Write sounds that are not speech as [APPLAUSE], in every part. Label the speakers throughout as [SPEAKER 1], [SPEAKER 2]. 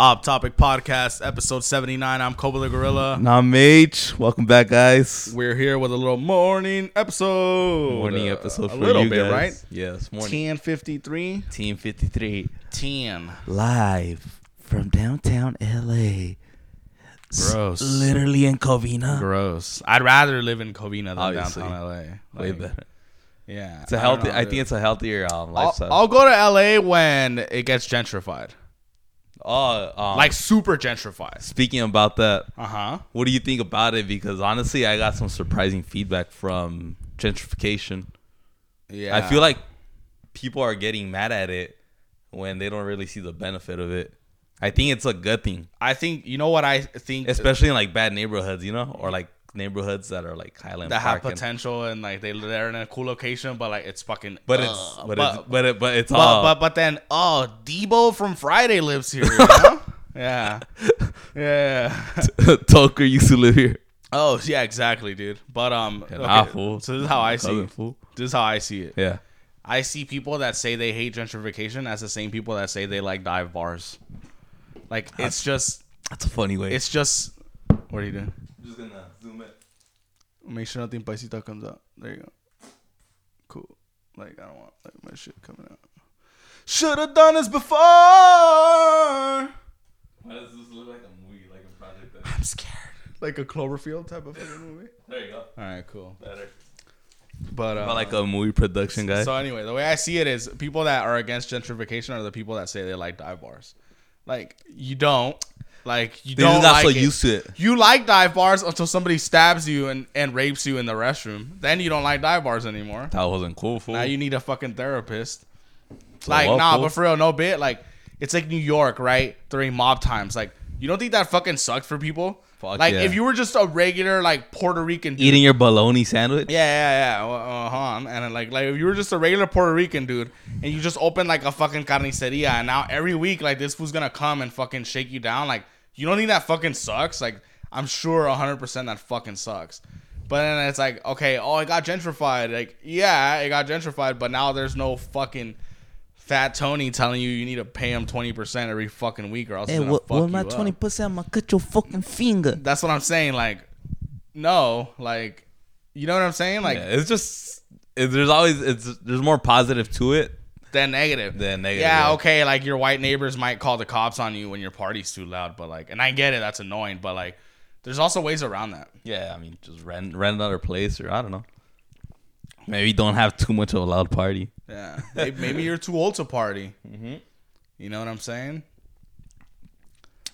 [SPEAKER 1] Op Topic Podcast, episode 79. I'm Kobe the Gorilla.
[SPEAKER 2] Nah, Mage. Welcome back, guys.
[SPEAKER 1] We're here with a little morning episode.
[SPEAKER 2] Morning
[SPEAKER 1] Uh,
[SPEAKER 2] episode for
[SPEAKER 1] A little
[SPEAKER 2] you
[SPEAKER 1] bit,
[SPEAKER 2] guys.
[SPEAKER 1] right?
[SPEAKER 3] Yes, morning.
[SPEAKER 1] 1053.
[SPEAKER 3] Team 53.
[SPEAKER 1] 10.
[SPEAKER 2] Live from downtown LA. S-
[SPEAKER 1] Gross.
[SPEAKER 2] Literally in Covina.
[SPEAKER 1] Gross. I'd rather live in Covina than
[SPEAKER 3] Obviously.
[SPEAKER 1] downtown LA.
[SPEAKER 3] Way
[SPEAKER 1] Like,
[SPEAKER 3] better.
[SPEAKER 1] Yeah.
[SPEAKER 3] It's a
[SPEAKER 1] don't
[SPEAKER 3] healthy.
[SPEAKER 1] know,
[SPEAKER 3] I
[SPEAKER 1] dude.
[SPEAKER 3] think it's a healthier um,
[SPEAKER 1] I'll,
[SPEAKER 3] lifestyle.
[SPEAKER 1] I'll go to LA when it gets gentrified.
[SPEAKER 3] oh, um,
[SPEAKER 1] Like super gentrified.
[SPEAKER 3] speaking about that,
[SPEAKER 1] Uh huh.
[SPEAKER 3] what do you think about it? Because honestly, I got some surprising feedback from gentrification.
[SPEAKER 1] Yeah.
[SPEAKER 3] I feel like people are getting mad at it when they don't really see the benefit of it. I think it's a good thing,
[SPEAKER 1] I think, you know what I think?
[SPEAKER 3] especially in like bad neighborhoods, you know, or like neighborhoods that are like Highland
[SPEAKER 1] that have
[SPEAKER 3] Park. and-
[SPEAKER 1] potential and like they they're in a cool location, but like it's fucking.
[SPEAKER 3] but
[SPEAKER 1] uh,
[SPEAKER 3] it's but, it's but it, but it's
[SPEAKER 1] but,
[SPEAKER 3] all [LAUGHS]
[SPEAKER 1] but but then oh Debo from Friday lives here. You
[SPEAKER 3] [LAUGHS]
[SPEAKER 1] know? yeah, yeah.
[SPEAKER 3] Toker used to live here.
[SPEAKER 1] Oh yeah, exactly, dude. But um, okay,
[SPEAKER 3] nah, fool.
[SPEAKER 1] so this is how I see.
[SPEAKER 3] Cousin,
[SPEAKER 1] It.
[SPEAKER 3] fool.
[SPEAKER 1] This is how I see it.
[SPEAKER 3] Yeah.
[SPEAKER 1] I see people that say they hate gentrification as the same people that say they like dive bars. Like it's just
[SPEAKER 3] That's a funny way.
[SPEAKER 1] it's just. What are you doing?
[SPEAKER 3] just gonna zoom it.
[SPEAKER 1] Make sure nothing paisita comes out. There you go. Cool. Like I don't want like my shit coming out. Should have done this before. I'm
[SPEAKER 3] Why does this look like a movie, like a project? That,
[SPEAKER 1] scared. Like a Cloverfield type of fucking movie.
[SPEAKER 3] there you go.
[SPEAKER 1] All right, cool.
[SPEAKER 3] Better.
[SPEAKER 1] But uh,
[SPEAKER 3] About like a movie production guy.
[SPEAKER 1] so anyway, the way I see it is, people that are against gentrification are the people that say they like dive bars. Like you don't. Like you
[SPEAKER 3] they
[SPEAKER 1] don't
[SPEAKER 3] just got
[SPEAKER 1] like
[SPEAKER 3] so
[SPEAKER 1] it.
[SPEAKER 3] used to it.
[SPEAKER 1] You like dive bars until somebody stabs you and, and rapes you in the restroom. Then you don't like dive bars anymore.
[SPEAKER 3] That wasn't cool, fool.
[SPEAKER 1] Now you need a fucking therapist. Like,
[SPEAKER 3] what,
[SPEAKER 1] nah,
[SPEAKER 3] fool?
[SPEAKER 1] but for real, no bit. Like, it's like New York, right? During mob times. Like, you don't think that fucking sucked for people?
[SPEAKER 3] Fuck
[SPEAKER 1] like,
[SPEAKER 3] yeah.
[SPEAKER 1] if you were just a regular, like, Puerto Rican dude.
[SPEAKER 3] Eating your bologna sandwich.
[SPEAKER 1] Yeah, yeah, yeah. Well, uh, hold on. And then, like, like, if you were just a regular Puerto Rican dude and you just opened, like, a fucking carniceria and now every week, like, this fool's gonna come and fucking shake you down. Like, you don't think that fucking sucks? Like, I'm sure 100% that fucking sucks. But then it's like, okay, oh, it got gentrified. Like, yeah, it got gentrified, but now there's no fucking fat Tony telling you you need to pay him 20% every fucking week or else he's gonna fuck you up.
[SPEAKER 2] percent? I'm gonna cut your fucking finger.
[SPEAKER 1] That's what I'm saying. Like, no, like, you know what I'm saying? Like,
[SPEAKER 3] Yeah, it's just it, there's always it's there's more positive to it
[SPEAKER 1] Then negative.
[SPEAKER 3] than negative.
[SPEAKER 1] yeah, okay, like your white neighbors might call the cops on you when your party's too loud, but like, and I get it, that's annoying, but like, there's also ways around that.
[SPEAKER 3] Yeah, I mean, just rent rent another place or I don't know. Maybe don't have too much of a loud party.
[SPEAKER 1] Yeah, May- maybe you're too old to party. Mm-hmm. You know what I'm saying?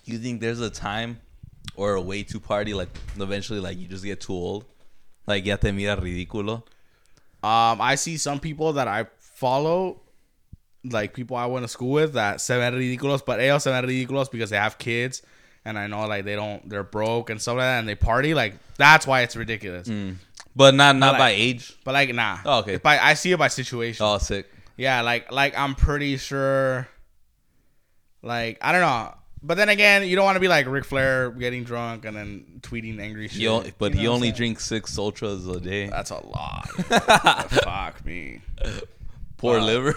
[SPEAKER 3] you think there's a time or a way to party like eventually like you just get too old like ya te mira ridículo
[SPEAKER 1] Um, I see some people that I follow, like people I went to school with, that se ven ridículos, but ellos se ven ridículos because they have kids, and I know like they don't, they're broke and stuff like that, and they party. Like that's why it's ridiculous.
[SPEAKER 3] but not not
[SPEAKER 1] like-
[SPEAKER 3] by age
[SPEAKER 1] But like, nah.
[SPEAKER 3] Oh, okay.
[SPEAKER 1] By, I see it by situation.
[SPEAKER 3] oh sick
[SPEAKER 1] Yeah, like like I'm pretty sure. Like I don't know, but then again, you don't want to be like Ric Flair getting drunk and then tweeting angry shit.
[SPEAKER 3] he on- but
[SPEAKER 1] You know what
[SPEAKER 3] he
[SPEAKER 1] I'm
[SPEAKER 3] only
[SPEAKER 1] saying?
[SPEAKER 3] drinks six ultras a
[SPEAKER 1] [LAUGHS]
[SPEAKER 3] day [LAUGHS]
[SPEAKER 1] That's a lot. Fuck me.
[SPEAKER 3] poor liver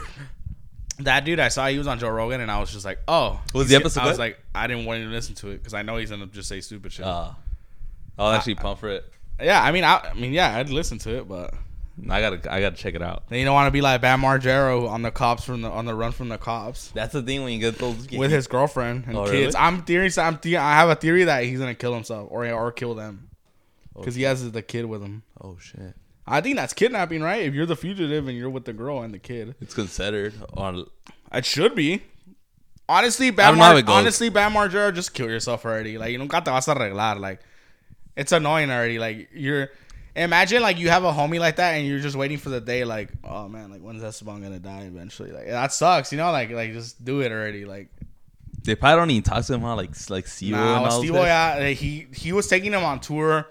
[SPEAKER 1] That dude I saw, he was on Joe Rogan, and I was just like, oh. he's
[SPEAKER 3] Was the
[SPEAKER 1] here-
[SPEAKER 3] episode
[SPEAKER 1] I was
[SPEAKER 3] good?
[SPEAKER 1] like, I didn't want to listen to it because I know he's gonna just say stupid shit.
[SPEAKER 3] uh, i'll actually pump for it
[SPEAKER 1] yeah, I mean, I, I mean, yeah, I'd listen to it, but
[SPEAKER 3] i gotta i gotta check it out
[SPEAKER 1] then you don't want to be like Bam Margera on the cops from the on the run from the cops.
[SPEAKER 3] that's the thing when you get those
[SPEAKER 1] with his girlfriend and
[SPEAKER 3] Oh,
[SPEAKER 1] kids.
[SPEAKER 3] really?
[SPEAKER 1] I'm theory. I'm the- I have a theory that he's gonna kill himself or or kill them because he has the kid with him.
[SPEAKER 3] oh shit
[SPEAKER 1] I think that's kidnapping, right? If you're the fugitive and you're with the girl and the kid,
[SPEAKER 3] it's considered on
[SPEAKER 1] it should be. Honestly,
[SPEAKER 3] I
[SPEAKER 1] Bam
[SPEAKER 3] don't know how
[SPEAKER 1] Mar-
[SPEAKER 3] it goes.
[SPEAKER 1] honestly, Bam Margera, just kill yourself already. Like you don't got to vas a arreglar. Like it's annoying already. Like you're. Imagine like you have a homie like that and you're just waiting for the day like oh man like when's Esteban gonna die eventually like that sucks you know like like just do it already like
[SPEAKER 3] they probably don't even talk to him how like s- like Steve and
[SPEAKER 1] Nah,
[SPEAKER 3] all
[SPEAKER 1] Steve
[SPEAKER 3] that.
[SPEAKER 1] yeah, eh, he he was taking him on tour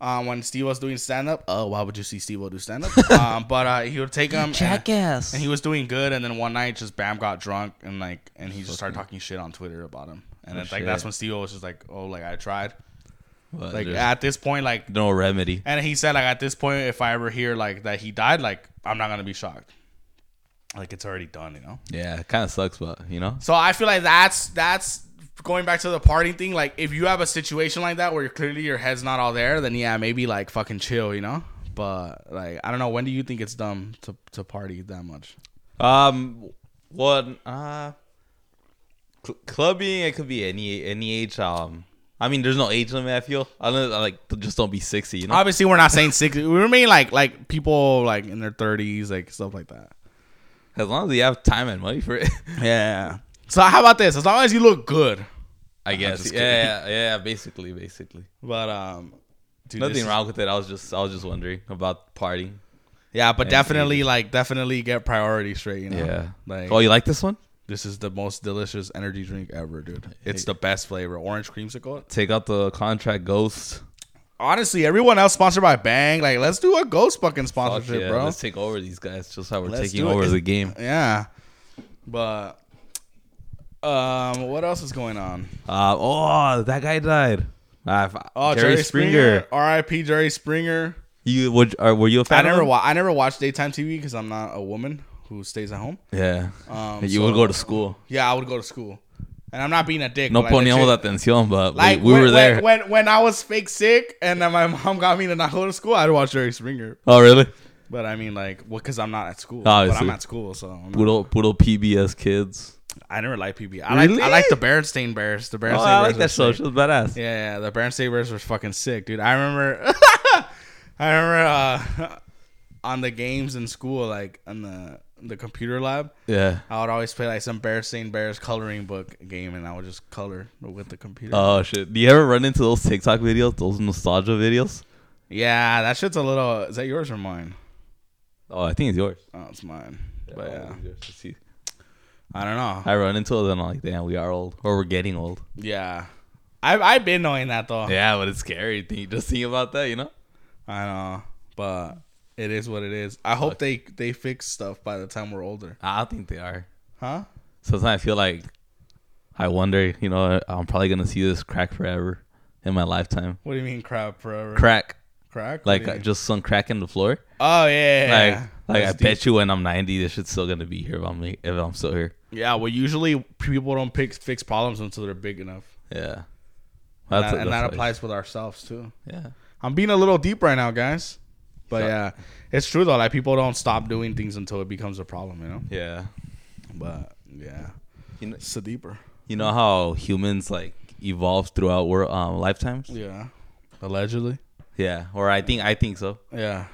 [SPEAKER 1] um, when Steve was doing stand up. Oh, why would you see Steve do stand
[SPEAKER 3] [LAUGHS]
[SPEAKER 1] up? um, but uh, he would take him, and,
[SPEAKER 2] Jackass.
[SPEAKER 1] and he was doing good. And then one night, just Bam got drunk and like, and he just started talking shit on Twitter about him. And
[SPEAKER 3] Oh,
[SPEAKER 1] it's like that's
[SPEAKER 3] shit.
[SPEAKER 1] when Steve was just like, oh, like I tried.
[SPEAKER 3] But
[SPEAKER 1] Like
[SPEAKER 3] there's
[SPEAKER 1] at this point, like,
[SPEAKER 3] no remedy
[SPEAKER 1] and he said like at this point, if I ever hear like that he died, like I'm not gonna be shocked. Like it's already done, you know.
[SPEAKER 3] yeah it kind of sucks but you know
[SPEAKER 1] So I feel like that's that's going back to the party thing, like if you have a situation like that where you're clearly your head's not all there, then yeah, maybe like fucking chill, you know. But like, I don't know. When do you think it's dumb to to party that much?
[SPEAKER 3] Um, what? Uh, cl- clubbing. It could be any any age. Um, I mean, there's no age limit. I feel unless like just don't be sixty. You know.
[SPEAKER 1] Obviously, we're not saying six. We remain like like people like in their thirties, like stuff like that.
[SPEAKER 3] as long as you have time and money for it, [LAUGHS]
[SPEAKER 1] Yeah. So how about this? As long as you look good,
[SPEAKER 3] I guess.
[SPEAKER 1] just
[SPEAKER 3] Yeah, yeah, yeah. Basically, basically.
[SPEAKER 1] but um, dude, this
[SPEAKER 3] Nothing
[SPEAKER 1] is-
[SPEAKER 3] wrong with it. I was just, I was just wondering about partying.
[SPEAKER 1] Yeah, but
[SPEAKER 3] And
[SPEAKER 1] definitely like definitely get priority straight. You know? Like
[SPEAKER 3] oh, you like this one?
[SPEAKER 1] this is the most delicious energy drink ever, dude. It's the best flavor. Orange creamsicle.
[SPEAKER 3] Take out the contract ghost.
[SPEAKER 1] Honestly, everyone else sponsored by Bang. Like, let's do a ghost fucking
[SPEAKER 3] Fuck
[SPEAKER 1] sponsorship,
[SPEAKER 3] yeah,
[SPEAKER 1] bro.
[SPEAKER 3] Let's take over these guys. Just how we're
[SPEAKER 1] Let's
[SPEAKER 3] taking
[SPEAKER 1] do it.
[SPEAKER 3] over
[SPEAKER 1] It's-
[SPEAKER 3] the game.
[SPEAKER 1] Yeah. But um, what else is going on?
[SPEAKER 3] Uh, oh, that guy died. Uh, if-
[SPEAKER 1] Oh, Jerry, Springer. R.I.P. Jerry Springer.
[SPEAKER 3] You would, or were you a fan?
[SPEAKER 1] I
[SPEAKER 3] of
[SPEAKER 1] never
[SPEAKER 3] him?
[SPEAKER 1] wa- I never watch daytime TV because I'm not a woman who stays at home.
[SPEAKER 3] Yeah.
[SPEAKER 1] Um,
[SPEAKER 3] you
[SPEAKER 1] so-
[SPEAKER 3] would go to school.
[SPEAKER 1] Yeah, I would go to school, and I'm not being a dick.
[SPEAKER 3] No
[SPEAKER 1] but, like,
[SPEAKER 3] poníamos
[SPEAKER 1] legit-
[SPEAKER 3] atención, but we-
[SPEAKER 1] Like
[SPEAKER 3] we,
[SPEAKER 1] when,
[SPEAKER 3] were there.
[SPEAKER 1] when, when when I was fake sick and then my [LAUGHS] mom got me to not go to school, I'd watch Jerry Springer.
[SPEAKER 3] Oh, really?
[SPEAKER 1] But I mean, like, well, because I'm not at school. But
[SPEAKER 3] Obviously.
[SPEAKER 1] I'm at school, so I'm not-
[SPEAKER 3] Puro, puro PBS kids.
[SPEAKER 1] I never liked PB. I like
[SPEAKER 3] Really?
[SPEAKER 1] I like the Berenstain Bears. The Berenstain
[SPEAKER 3] Oh,
[SPEAKER 1] Bears.
[SPEAKER 3] I like
[SPEAKER 1] were
[SPEAKER 3] that show.
[SPEAKER 1] sick.
[SPEAKER 3] She was badass.
[SPEAKER 1] Yeah, yeah, the Berenstain Bears were fucking sick, dude. I remember, [LAUGHS] I remember uh, [LAUGHS] on the games in school, like on the the computer lab.
[SPEAKER 3] Yeah.
[SPEAKER 1] I would always play like some Berenstain Bears coloring book game, and I would just color with the computer.
[SPEAKER 3] Oh shit! Do you ever run into those TikTok videos, those nostalgia videos?
[SPEAKER 1] yeah, that shit's a little. Is that yours or mine?
[SPEAKER 3] Oh, I think it's yours.
[SPEAKER 1] Oh, it's mine. But yeah,
[SPEAKER 3] See,
[SPEAKER 1] I don't know.
[SPEAKER 3] I run into it and I'm like, damn, we are old, or we're getting old.
[SPEAKER 1] Yeah, I've I've been knowing that though.
[SPEAKER 3] Yeah, but it's scary. Think, just think about that, you know?
[SPEAKER 1] I know, but it is what it is. I hope they they fix stuff by the time we're older,
[SPEAKER 3] I don't think they are.
[SPEAKER 1] huh?
[SPEAKER 3] Sometimes I feel like I wonder, you know, I'm probably gonna see this crack forever in my lifetime.
[SPEAKER 1] What do you mean crap forever?
[SPEAKER 3] Crack,
[SPEAKER 1] crack.
[SPEAKER 3] like
[SPEAKER 1] What do you
[SPEAKER 3] uh,
[SPEAKER 1] mean?
[SPEAKER 3] just some crack in the floor.
[SPEAKER 1] oh yeah, yeah, yeah.
[SPEAKER 3] Like, like I
[SPEAKER 1] That's
[SPEAKER 3] bet you when I'm 90, this shit's still gonna be here if I'm if I'm still here.
[SPEAKER 1] deep. Yeah, well, usually people don't pick, fix problems until they're big enough,
[SPEAKER 3] Yeah,
[SPEAKER 1] and
[SPEAKER 3] That's-
[SPEAKER 1] that, and
[SPEAKER 3] that's
[SPEAKER 1] that
[SPEAKER 3] what I-
[SPEAKER 1] applies with ourselves too.
[SPEAKER 3] Yeah.
[SPEAKER 1] I'm being a little deep right now, guys. But
[SPEAKER 3] Sorry.
[SPEAKER 1] yeah, it's true though. Like people don't stop doing things until it becomes a problem, you know.
[SPEAKER 3] Yeah.
[SPEAKER 1] But yeah,
[SPEAKER 3] You know,
[SPEAKER 1] it's a deeper.
[SPEAKER 3] you know how humans like evolve throughout world um, lifetimes.
[SPEAKER 1] Yeah, allegedly.
[SPEAKER 3] Yeah, or I think I think so. [LAUGHS]
[SPEAKER 1] Yeah.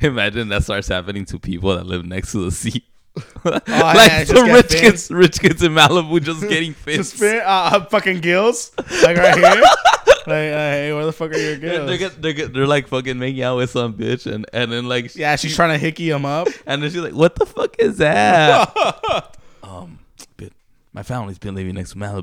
[SPEAKER 3] Imagine that starts happening to people that live next to the sea. [LAUGHS] like
[SPEAKER 1] Oh, yeah, just
[SPEAKER 3] some
[SPEAKER 1] get
[SPEAKER 3] rich
[SPEAKER 1] fins.
[SPEAKER 3] kids, rich kids in Malibu just getting
[SPEAKER 1] [LAUGHS]
[SPEAKER 3] fins.
[SPEAKER 1] Just spin, uh, uh, fucking gills, like right here.
[SPEAKER 3] [LAUGHS]
[SPEAKER 1] like, uh, hey, where the fuck are your
[SPEAKER 3] They're,
[SPEAKER 1] gills?
[SPEAKER 3] they're, get- they're, get- they're like fucking making out with some bitch, and, and then like, she-
[SPEAKER 1] yeah, she's trying to hickey him
[SPEAKER 3] [LAUGHS]
[SPEAKER 1] up.
[SPEAKER 3] and then she's like, "What the fuck is that?" um, but my family's been living next to
[SPEAKER 1] Oh,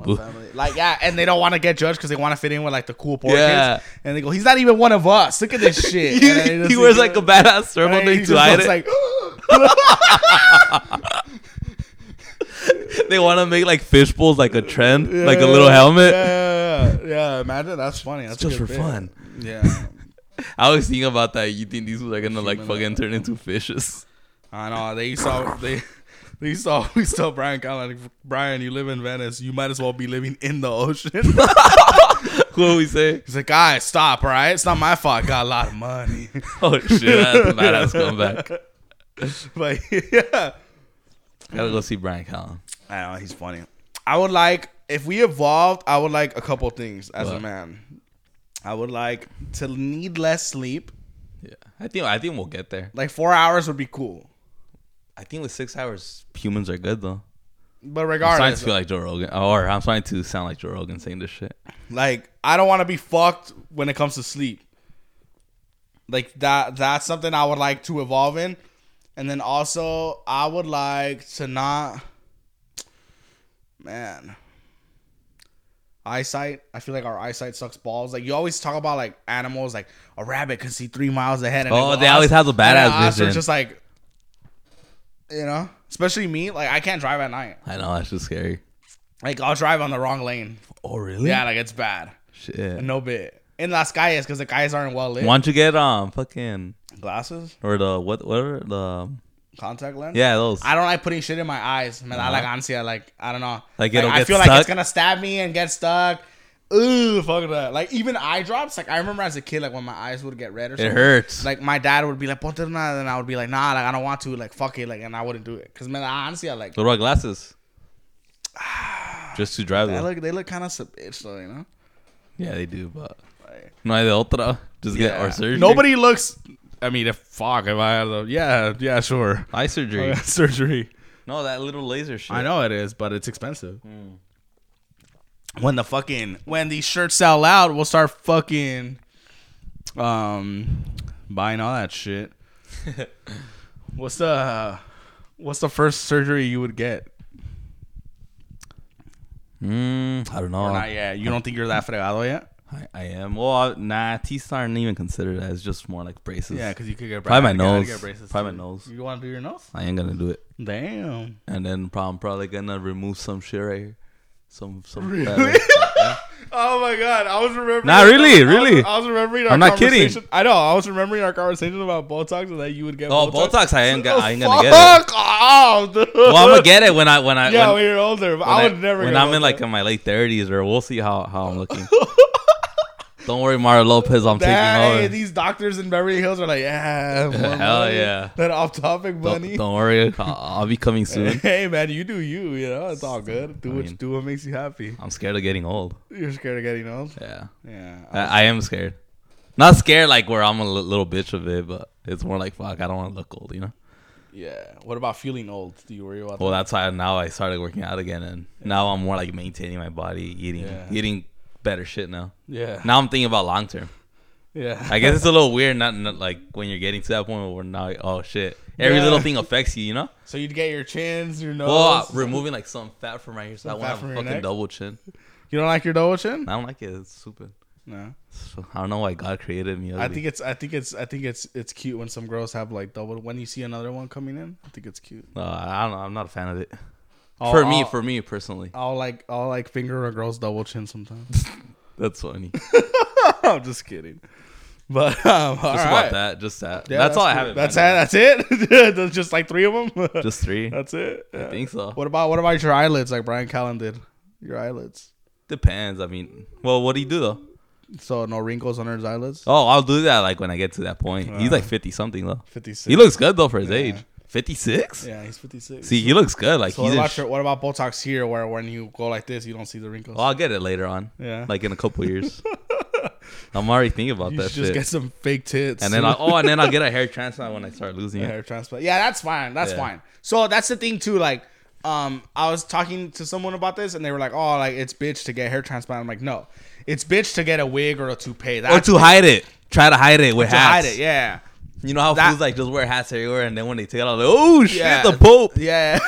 [SPEAKER 1] [LAUGHS]
[SPEAKER 3] Malibu.
[SPEAKER 1] Like, yeah, and they don't want to get judged because they want to fit in with like the cool poor
[SPEAKER 3] Yeah.
[SPEAKER 1] kids. And they go, he's not even one of us. Look at
[SPEAKER 3] [LAUGHS]
[SPEAKER 1] this shit. And then
[SPEAKER 3] he,
[SPEAKER 1] just-
[SPEAKER 3] he wears like a badass
[SPEAKER 1] and
[SPEAKER 3] thermal
[SPEAKER 1] then he
[SPEAKER 3] thing
[SPEAKER 1] just
[SPEAKER 3] to hide
[SPEAKER 1] looks
[SPEAKER 3] it.
[SPEAKER 1] like,
[SPEAKER 3] they want to make like fish bowls like a trend, [LAUGHS] like a little helmet.
[SPEAKER 1] Yeah, yeah, yeah. Imagine that's funny. That's
[SPEAKER 3] It's just
[SPEAKER 1] a good
[SPEAKER 3] for
[SPEAKER 1] bit.
[SPEAKER 3] fun.
[SPEAKER 1] Yeah,
[SPEAKER 3] I always think about that. You think these are gonna like
[SPEAKER 1] Human
[SPEAKER 3] fucking turn into fishes? [LAUGHS]
[SPEAKER 1] I know. They saw they. They saw [LAUGHS] we saw Brian Callen. Like, Brian, you live in Venice. You might as well be living in the ocean.
[SPEAKER 3] what we say?
[SPEAKER 1] He's like, guys, stop, all right? It's not my fault. I got a lot of money. [LAUGHS]
[SPEAKER 3] Oh [LAUGHS] shit! That's a badass comeback.
[SPEAKER 1] but yeah.
[SPEAKER 3] Gotta go see Brian Callen.
[SPEAKER 1] I don't know, he's funny. I would like, if we evolved, I would like a couple things as a
[SPEAKER 3] What?
[SPEAKER 1] man. I would like to need less sleep.
[SPEAKER 3] Yeah, I think I think we'll get there.
[SPEAKER 1] Like four hours would be cool.
[SPEAKER 3] I think with six hours, humans are good though.
[SPEAKER 1] But
[SPEAKER 3] I'm starting to
[SPEAKER 1] regardless,
[SPEAKER 3] feel like Joe Rogan, or I'm starting to sound like Joe Rogan saying this shit.
[SPEAKER 1] like I don't want to be fucked when it comes to sleep. Like that that's something I would like to evolve in. And then also I would like to not man eyesight. I feel like our eyesight sucks balls. Like you always talk about like animals like a rabbit can see 3 miles ahead and
[SPEAKER 3] Oh,
[SPEAKER 1] go
[SPEAKER 3] they
[SPEAKER 1] us-
[SPEAKER 3] always have the
[SPEAKER 1] and then
[SPEAKER 3] badass
[SPEAKER 1] us are
[SPEAKER 3] vision.
[SPEAKER 1] Just like you know, especially me, like I can't drive at night.
[SPEAKER 3] I know that's just scary.
[SPEAKER 1] Like I'll drive on the wrong lane.
[SPEAKER 3] Oh really?
[SPEAKER 1] Yeah, like it's bad.
[SPEAKER 3] Shit.
[SPEAKER 1] No bit. In Las Calles, because the guys aren't well lit.
[SPEAKER 3] Why don't you get um fucking
[SPEAKER 1] Glasses?
[SPEAKER 3] or the what what are the
[SPEAKER 1] contact lens.
[SPEAKER 3] Yeah, those.
[SPEAKER 1] I don't like putting shit in my eyes, man. I like ansia, like I don't know.
[SPEAKER 3] Like, it'll
[SPEAKER 1] I
[SPEAKER 3] get
[SPEAKER 1] feel like
[SPEAKER 3] stuck?
[SPEAKER 1] it's gonna stab me and get stuck. Ooh, fuck that. Like even eye drops. Like I remember as a kid, like when my eyes would get red or something.
[SPEAKER 3] hurts.
[SPEAKER 1] Like my dad would be like, "Ponte una," and I would be like, "Nah, like I don't want to." Like fuck it, like and I wouldn't do it because man, ansia, like
[SPEAKER 3] What about glasses? Just to drive
[SPEAKER 1] they
[SPEAKER 3] them.
[SPEAKER 1] look, they look kind of bitch though, you know.
[SPEAKER 3] yeah, they do, but
[SPEAKER 1] Like,
[SPEAKER 3] no hay de otra. Just get
[SPEAKER 1] yeah.
[SPEAKER 3] our surgery.
[SPEAKER 1] Nobody looks. I mean, if fuck, if I had a yeah, yeah, sure,
[SPEAKER 3] eye
[SPEAKER 1] [LAUGHS]
[SPEAKER 3] surgery.
[SPEAKER 1] surgery.
[SPEAKER 3] No, that little laser shit.
[SPEAKER 1] Oh, I know it is, but it's expensive. When the fucking when these shirts sell out, we'll start fucking um buying all that [LAUGHS] shit. what's the what's the first surgery you would get?
[SPEAKER 3] Mm, I don't know.
[SPEAKER 1] Or not yet. You don't think you're that fregado yet?
[SPEAKER 3] I, I am. Well, I, nah, T-Star didn't even consider that. It's just more like braces.
[SPEAKER 1] Yeah, because you could get
[SPEAKER 3] Probably my
[SPEAKER 1] I gotta
[SPEAKER 3] nose.
[SPEAKER 1] get braces
[SPEAKER 3] Probably
[SPEAKER 1] too.
[SPEAKER 3] my nose.
[SPEAKER 1] You want to do your nose?
[SPEAKER 3] I ain't gonna do it.
[SPEAKER 1] Damn.
[SPEAKER 3] And then prob- I'm probably gonna remove some shit right here. Some some.
[SPEAKER 1] [LAUGHS] Really? Oh my god, I was remembering.
[SPEAKER 3] Nah, really, really.
[SPEAKER 1] I was remembering. Our
[SPEAKER 3] I'm not kidding.
[SPEAKER 1] conversation- I know. I was remembering our conversation about Botox and that you would get.
[SPEAKER 3] Oh, Botox. I ain't.
[SPEAKER 1] [LAUGHS]
[SPEAKER 3] Got, I ain't gonna
[SPEAKER 1] Fuck
[SPEAKER 3] get it.
[SPEAKER 1] off, dude.
[SPEAKER 3] Well, I'm gonna get it when I when
[SPEAKER 1] [LAUGHS]
[SPEAKER 3] I
[SPEAKER 1] Yeah,
[SPEAKER 3] when-
[SPEAKER 1] when you're older, but
[SPEAKER 3] when
[SPEAKER 1] I would never.
[SPEAKER 3] When
[SPEAKER 1] get
[SPEAKER 3] I'm
[SPEAKER 1] Botox.
[SPEAKER 3] in like in my late thirties, or we'll see how how
[SPEAKER 1] [LAUGHS]
[SPEAKER 3] I'm looking. Don't worry, Mario Lopez. I'm
[SPEAKER 1] Dang,
[SPEAKER 3] taking over.
[SPEAKER 1] these doctors in Beverly Hills are like,
[SPEAKER 3] [LAUGHS]
[SPEAKER 1] yeah, more
[SPEAKER 3] Hell
[SPEAKER 1] money
[SPEAKER 3] yeah.
[SPEAKER 1] That off-topic money. [LAUGHS]
[SPEAKER 3] Don't, don't worry, I'll, I'll be coming soon.
[SPEAKER 1] Hey man, you do you. You know, it's all good. Do
[SPEAKER 3] I
[SPEAKER 1] what you
[SPEAKER 3] mean-
[SPEAKER 1] do. What makes you happy.
[SPEAKER 3] I'm scared of getting old.
[SPEAKER 1] You're scared of getting old.
[SPEAKER 3] Yeah,
[SPEAKER 1] Yeah.
[SPEAKER 3] I, I am scared. Not scared like where I'm a li- little bitch of it, but it's more like fuck. I don't want to look old, you know.
[SPEAKER 1] yeah. What about feeling old? Do you worry about
[SPEAKER 3] Well,
[SPEAKER 1] that?
[SPEAKER 3] that's why now I started working out again, and now I'm more like maintaining my body, eating,
[SPEAKER 1] Yeah.
[SPEAKER 3] eating better shit now.
[SPEAKER 1] Yeah.
[SPEAKER 3] Now I'm thinking about long term.
[SPEAKER 1] yeah.
[SPEAKER 3] I guess it's a little weird, not, not like when you're getting to that point where now, oh shit, every
[SPEAKER 1] Yeah.
[SPEAKER 3] little thing affects you, you know.
[SPEAKER 1] So you'd get your chins, your nose.
[SPEAKER 3] Well, uh, removing like some fat from right here, so I
[SPEAKER 1] Some fat
[SPEAKER 3] want a
[SPEAKER 1] from your
[SPEAKER 3] fucking
[SPEAKER 1] neck?
[SPEAKER 3] double chin.
[SPEAKER 1] you don't like your double chin?
[SPEAKER 3] I don't like it. It's stupid.
[SPEAKER 1] No.
[SPEAKER 3] So, I don't know why God created me.
[SPEAKER 1] I think it's I think it's I think it's it's cute when some girls have like double when you see another one coming in. I think it's cute.
[SPEAKER 3] no, I don't know. I'm not a fan of it.
[SPEAKER 1] I'll-
[SPEAKER 3] for me,
[SPEAKER 1] I'll-
[SPEAKER 3] for me personally,
[SPEAKER 1] I'll like I'll like finger a girl's double chin sometimes.
[SPEAKER 3] that's funny. Just
[SPEAKER 1] [LAUGHS] I'm just kidding. But um, all
[SPEAKER 3] about
[SPEAKER 1] right.
[SPEAKER 3] that. Just that.
[SPEAKER 1] Yeah,
[SPEAKER 3] that's, all I
[SPEAKER 1] cool.
[SPEAKER 3] have. in
[SPEAKER 1] That's it.
[SPEAKER 3] mind.
[SPEAKER 1] That's it. [LAUGHS] That's just like three of them. [LAUGHS]
[SPEAKER 3] Just three.
[SPEAKER 1] that's it.
[SPEAKER 3] I think so.
[SPEAKER 1] What about what about your eyelids? Like Brian Callen did your eyelids.
[SPEAKER 3] Depends. I mean, well, what do you do though?
[SPEAKER 1] So no wrinkles under his eyelids.
[SPEAKER 3] Oh, I'll do that like when I get to that point. He's like fifty something though.
[SPEAKER 1] Fifty six.
[SPEAKER 3] He looks good though for his
[SPEAKER 1] Yeah.
[SPEAKER 3] age. Fifty six.
[SPEAKER 1] Yeah, he's fifty six.
[SPEAKER 3] See, he looks good. Like
[SPEAKER 1] So
[SPEAKER 3] he's.
[SPEAKER 1] what
[SPEAKER 3] in
[SPEAKER 1] about
[SPEAKER 3] sh-
[SPEAKER 1] your, what about Botox here, where when you go like this, you don't see the wrinkles?
[SPEAKER 3] well, I'll get it later on.
[SPEAKER 1] Yeah.
[SPEAKER 3] Like in a couple
[SPEAKER 1] [LAUGHS]
[SPEAKER 3] years. I'm already thinking about
[SPEAKER 1] you
[SPEAKER 3] that
[SPEAKER 1] should just
[SPEAKER 3] shit.
[SPEAKER 1] get some fake tits.
[SPEAKER 3] and then I, oh, and then I'll get a hair transplant when I start losing
[SPEAKER 1] A
[SPEAKER 3] it.
[SPEAKER 1] hair transplant. Yeah, that's fine. That's
[SPEAKER 3] Yeah.
[SPEAKER 1] fine. So that's the thing too. Like, um, I was talking to someone about this, and they were like, "Oh, like it's bitch to get hair transplant." I'm like, "No, it's bitch to get a wig or a toupee." That's
[SPEAKER 3] Or to hide it. Try to hide it with
[SPEAKER 1] to hide
[SPEAKER 3] hats.
[SPEAKER 1] it. Yeah,
[SPEAKER 3] You know how
[SPEAKER 1] That-
[SPEAKER 3] fools like just wear hats everywhere, and then when they take it out, like, oh shit,
[SPEAKER 1] Yeah.
[SPEAKER 3] the
[SPEAKER 1] [LAUGHS]
[SPEAKER 3] Pope. [LAUGHS]
[SPEAKER 1] yeah.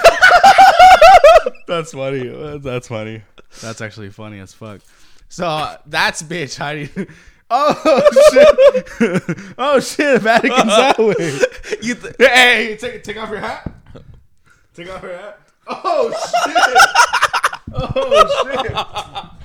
[SPEAKER 1] that's funny. That's funny. That's actually funny as fuck. So that's bitch hiding. [LAUGHS] Oh shit! [LAUGHS] oh shit!
[SPEAKER 3] [LAUGHS]
[SPEAKER 1] Vatican's that way.
[SPEAKER 3] you th-
[SPEAKER 1] Hey, Hey, hey, take, take off your hat. Take off your hat. Oh shit! Oh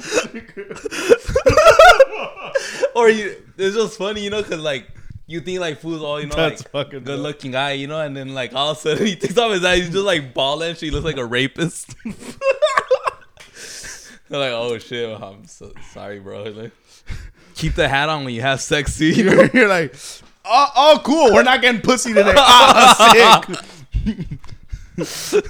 [SPEAKER 1] shit!
[SPEAKER 3] or you, it's just funny, you know, because like you think like fools, all you know,
[SPEAKER 1] That's
[SPEAKER 3] like
[SPEAKER 1] fucking
[SPEAKER 3] good looking guy, you know, and then like all of a sudden [LAUGHS] he takes off his eyes, he's just like balling. She looks like a rapist. [LAUGHS] They're like, oh shit, I'm so sorry, bro. Like, keep the hat on when you have sex, too. You know?
[SPEAKER 1] you're, you're like, oh, oh, cool. We're not getting pussy today. [LAUGHS] Ah, [LAUGHS] sick.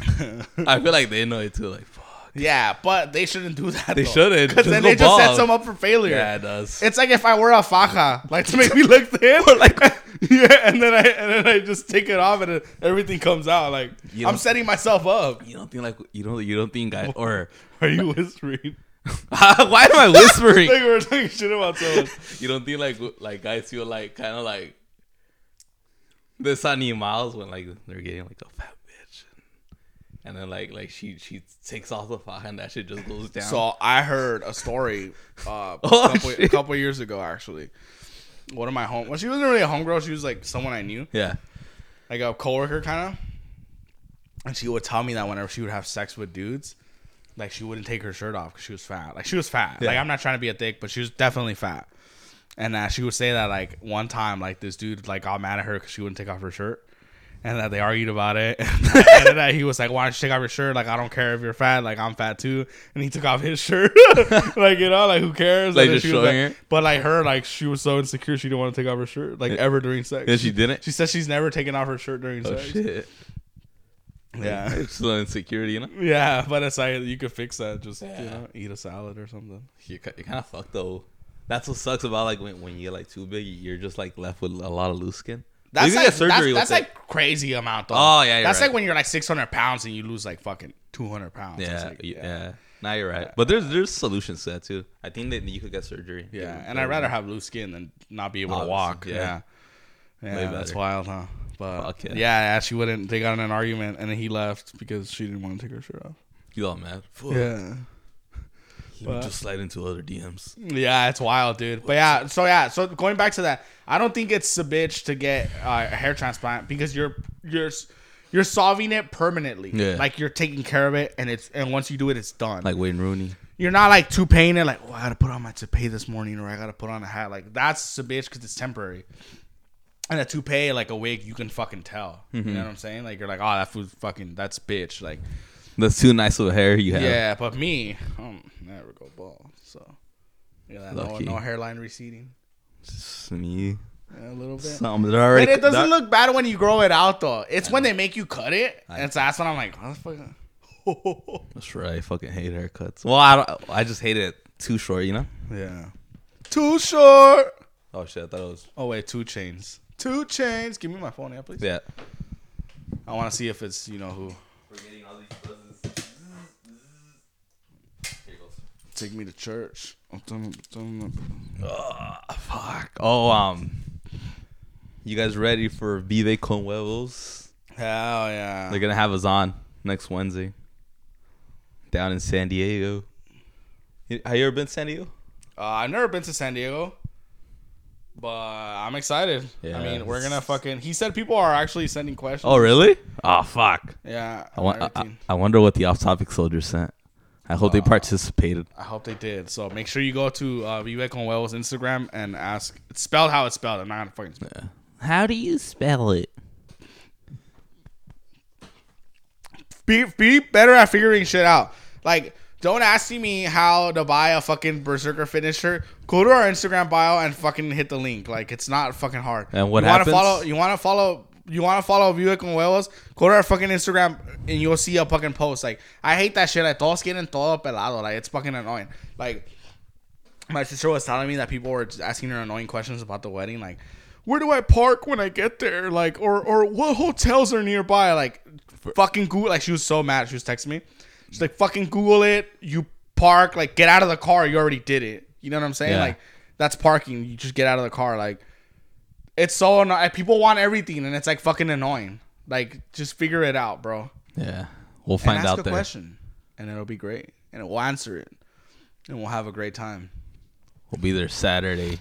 [SPEAKER 3] [LAUGHS] I feel like they know it too. Like, fuck.
[SPEAKER 1] Yeah, but they shouldn't do that. They
[SPEAKER 3] shouldn't.
[SPEAKER 1] because
[SPEAKER 3] Just
[SPEAKER 1] then
[SPEAKER 3] go
[SPEAKER 1] they just
[SPEAKER 3] bald.
[SPEAKER 1] set some up for failure.
[SPEAKER 3] yeah, it does.
[SPEAKER 1] It's like if I wear a faja, like to make me look thin, [LAUGHS] like yeah, and then I and then I just take it off and it, everything comes out. Like
[SPEAKER 3] You
[SPEAKER 1] I'm
[SPEAKER 3] know-
[SPEAKER 1] setting myself up.
[SPEAKER 3] you don't think like you don't you don't think I or [LAUGHS]
[SPEAKER 1] Are you whispering?
[SPEAKER 3] why am I whispering?
[SPEAKER 1] like we're talking shit about someone.
[SPEAKER 3] You don't think like w- like guys feel like kind of like desanimados when like they're getting like a fat bitch, and then like like she she takes off the fire and that shit just goes down.
[SPEAKER 1] So I heard a story
[SPEAKER 3] [LAUGHS]
[SPEAKER 1] uh, a,
[SPEAKER 3] Oh,
[SPEAKER 1] couple, a
[SPEAKER 3] shit.
[SPEAKER 1] couple years ago, actually. One of my home, well, she wasn't really a homegirl. She was like someone I knew,
[SPEAKER 3] yeah,
[SPEAKER 1] like a coworker kind of. And she would tell me that whenever she would have sex with dudes, like she wouldn't take her shirt off because she was fat. Like she was fat. Like
[SPEAKER 3] Yeah.
[SPEAKER 1] I'm not trying to be a dick, but she was definitely fat. And uh, she would say that like one time, like this dude like got mad at her because she wouldn't take off her shirt. and that they argued about it. [LAUGHS] And after that, he was like, "Why don't you take off your shirt? Like, I don't care if you're fat. Like, I'm fat too." And he took off his [LAUGHS] shirt. like, you know, like who cares?
[SPEAKER 3] Like,
[SPEAKER 1] And then
[SPEAKER 3] just
[SPEAKER 1] she was
[SPEAKER 3] showing
[SPEAKER 1] like-
[SPEAKER 3] it?
[SPEAKER 1] But like her, like she was so insecure, she didn't want to take off her shirt, like ever during sex.
[SPEAKER 3] And she didn't.
[SPEAKER 1] She says she's never taken off her shirt during
[SPEAKER 3] oh
[SPEAKER 1] sex.
[SPEAKER 3] shit.
[SPEAKER 1] Yeah. [LAUGHS]
[SPEAKER 3] [LAUGHS] It's still insecurity, you know.
[SPEAKER 1] Yeah, but it's like you could fix that. Just you know, eat a salad or something.
[SPEAKER 3] You're, ki- you're kind of fucked though. That's what sucks about like when, when you get like too big, you're just like left with a lot of loose skin.
[SPEAKER 1] That's
[SPEAKER 3] you can
[SPEAKER 1] like,
[SPEAKER 3] get surgery
[SPEAKER 1] that's,
[SPEAKER 3] with
[SPEAKER 1] that's
[SPEAKER 3] it.
[SPEAKER 1] like crazy amount though.
[SPEAKER 3] Oh, yeah, you're
[SPEAKER 1] that's
[SPEAKER 3] right.
[SPEAKER 1] like when you're like 600 pounds and you lose like fucking 200 pounds. It's
[SPEAKER 3] yeah,
[SPEAKER 1] like,
[SPEAKER 3] yeah, yeah. Now you're right, but there's there's solutions to that too. I think that you could get surgery.
[SPEAKER 1] Yeah, and I'd rather have loose skin than not be able to
[SPEAKER 3] Obviously,
[SPEAKER 1] walk.
[SPEAKER 3] yeah.
[SPEAKER 1] Yeah, yeah,
[SPEAKER 3] Way
[SPEAKER 1] that's
[SPEAKER 3] better.
[SPEAKER 1] wild, huh? But
[SPEAKER 3] Fuck yeah.
[SPEAKER 1] yeah. yeah, she wouldn't. They got in an argument, and then he left because she didn't want to take her shirt off.
[SPEAKER 3] you all mad. Fuck.
[SPEAKER 1] Yeah,
[SPEAKER 3] Let me just slide into other DMs.
[SPEAKER 1] yeah, it's wild, dude. But yeah, so yeah, so going back to that, I don't think it's a bitch to get uh, a hair transplant because you're you're you're solving it permanently.
[SPEAKER 3] Yeah.
[SPEAKER 1] like you're taking care of it, and it's and once you do it, it's done.
[SPEAKER 3] Like Wayne Rooney.
[SPEAKER 1] you're not like too painted, like, oh, I gotta put on my toupee this morning or I gotta put on a hat. Like, that's a bitch because it's temporary. And a toupee, like a wig, you can fucking tell. You
[SPEAKER 3] Mm-hmm.
[SPEAKER 1] know what I'm saying? Like, you're like, oh, that food's fucking, that's bitch. Like,
[SPEAKER 3] That's too nice of a hair you have.
[SPEAKER 1] yeah, but me, um, never go bald. So, yeah, no,
[SPEAKER 3] Lucky.
[SPEAKER 1] no hairline receding
[SPEAKER 3] Just me.
[SPEAKER 1] a little bit.
[SPEAKER 3] Something that already.
[SPEAKER 1] But it doesn't
[SPEAKER 3] that-
[SPEAKER 1] look bad when you grow it out, though. It's when they make you cut it. And so that's when I'm like, oh, that's fucking.
[SPEAKER 3] [LAUGHS] That's right. I fucking hate haircuts. Well, I don't. I just hate it too short. You know.
[SPEAKER 1] yeah. Too short.
[SPEAKER 3] Oh shit! I thought it was.
[SPEAKER 1] Oh, wait, two chains. Two chains. Give me my phone, yeah, please.
[SPEAKER 3] Yeah.
[SPEAKER 1] I want to see if it's you know who.
[SPEAKER 3] We're getting all these buzzes. Here goes.
[SPEAKER 1] Take me to church. I'm telling- telling them.
[SPEAKER 3] Ah, fuck. Oh, um, you guys ready for Vive con Huevos?
[SPEAKER 1] Hell yeah!
[SPEAKER 3] They're gonna have us on next Wednesday down in San Diego. You- Have you ever been to San Diego?
[SPEAKER 1] uh, I've never been to San Diego, but I'm excited.
[SPEAKER 3] Yeah.
[SPEAKER 1] I mean, we're gonna fucking. He said people are actually sending questions.
[SPEAKER 3] Oh, really? Oh, fuck.
[SPEAKER 1] Yeah.
[SPEAKER 3] I, want, I, I,
[SPEAKER 1] everything.
[SPEAKER 3] I wonder what the off-topic soldiers sent. I hope
[SPEAKER 2] Uh,
[SPEAKER 3] they participated.
[SPEAKER 1] I hope they did. So make sure you go to uh, Vivek Conwell's Instagram and ask. It's spelled how it's spelled. I'm not gonna fucking. Spell.
[SPEAKER 2] How do you spell it?
[SPEAKER 1] Be be better at figuring shit out. Like. Don't ask me how to buy a fucking berserker finisher. Go to our Instagram bio and fucking hit the link. Like it's not fucking hard.
[SPEAKER 3] And
[SPEAKER 1] you
[SPEAKER 3] what
[SPEAKER 1] wanna
[SPEAKER 3] happens?
[SPEAKER 1] Follow, you want to follow? You want to follow Vivek con Huevos? Go to our fucking Instagram and you'll see a fucking post. Like I hate that shit. Like todos quieren todo pelado. Like it's fucking annoying. Like my sister was telling me that people were just asking her annoying questions about the wedding. Like where do I park when I get there? Like or or what hotels are nearby? Like fucking Google. Like she was so mad. She was texting me. She's like fucking Google it. You park. Like get out of the car. You already did it. You know what I'm saying?
[SPEAKER 3] Yeah.
[SPEAKER 1] Like that's parking. You just get out of the car. Like it's so annoying. People want everything, and it's like fucking annoying. Like, just figure it out, bro.
[SPEAKER 3] Yeah. We'll
[SPEAKER 1] And
[SPEAKER 3] find
[SPEAKER 1] ask
[SPEAKER 3] out
[SPEAKER 1] a
[SPEAKER 3] there.
[SPEAKER 1] question, and it'll be great, and we'll answer it, and we'll have a great time.
[SPEAKER 3] We'll be there Saturday.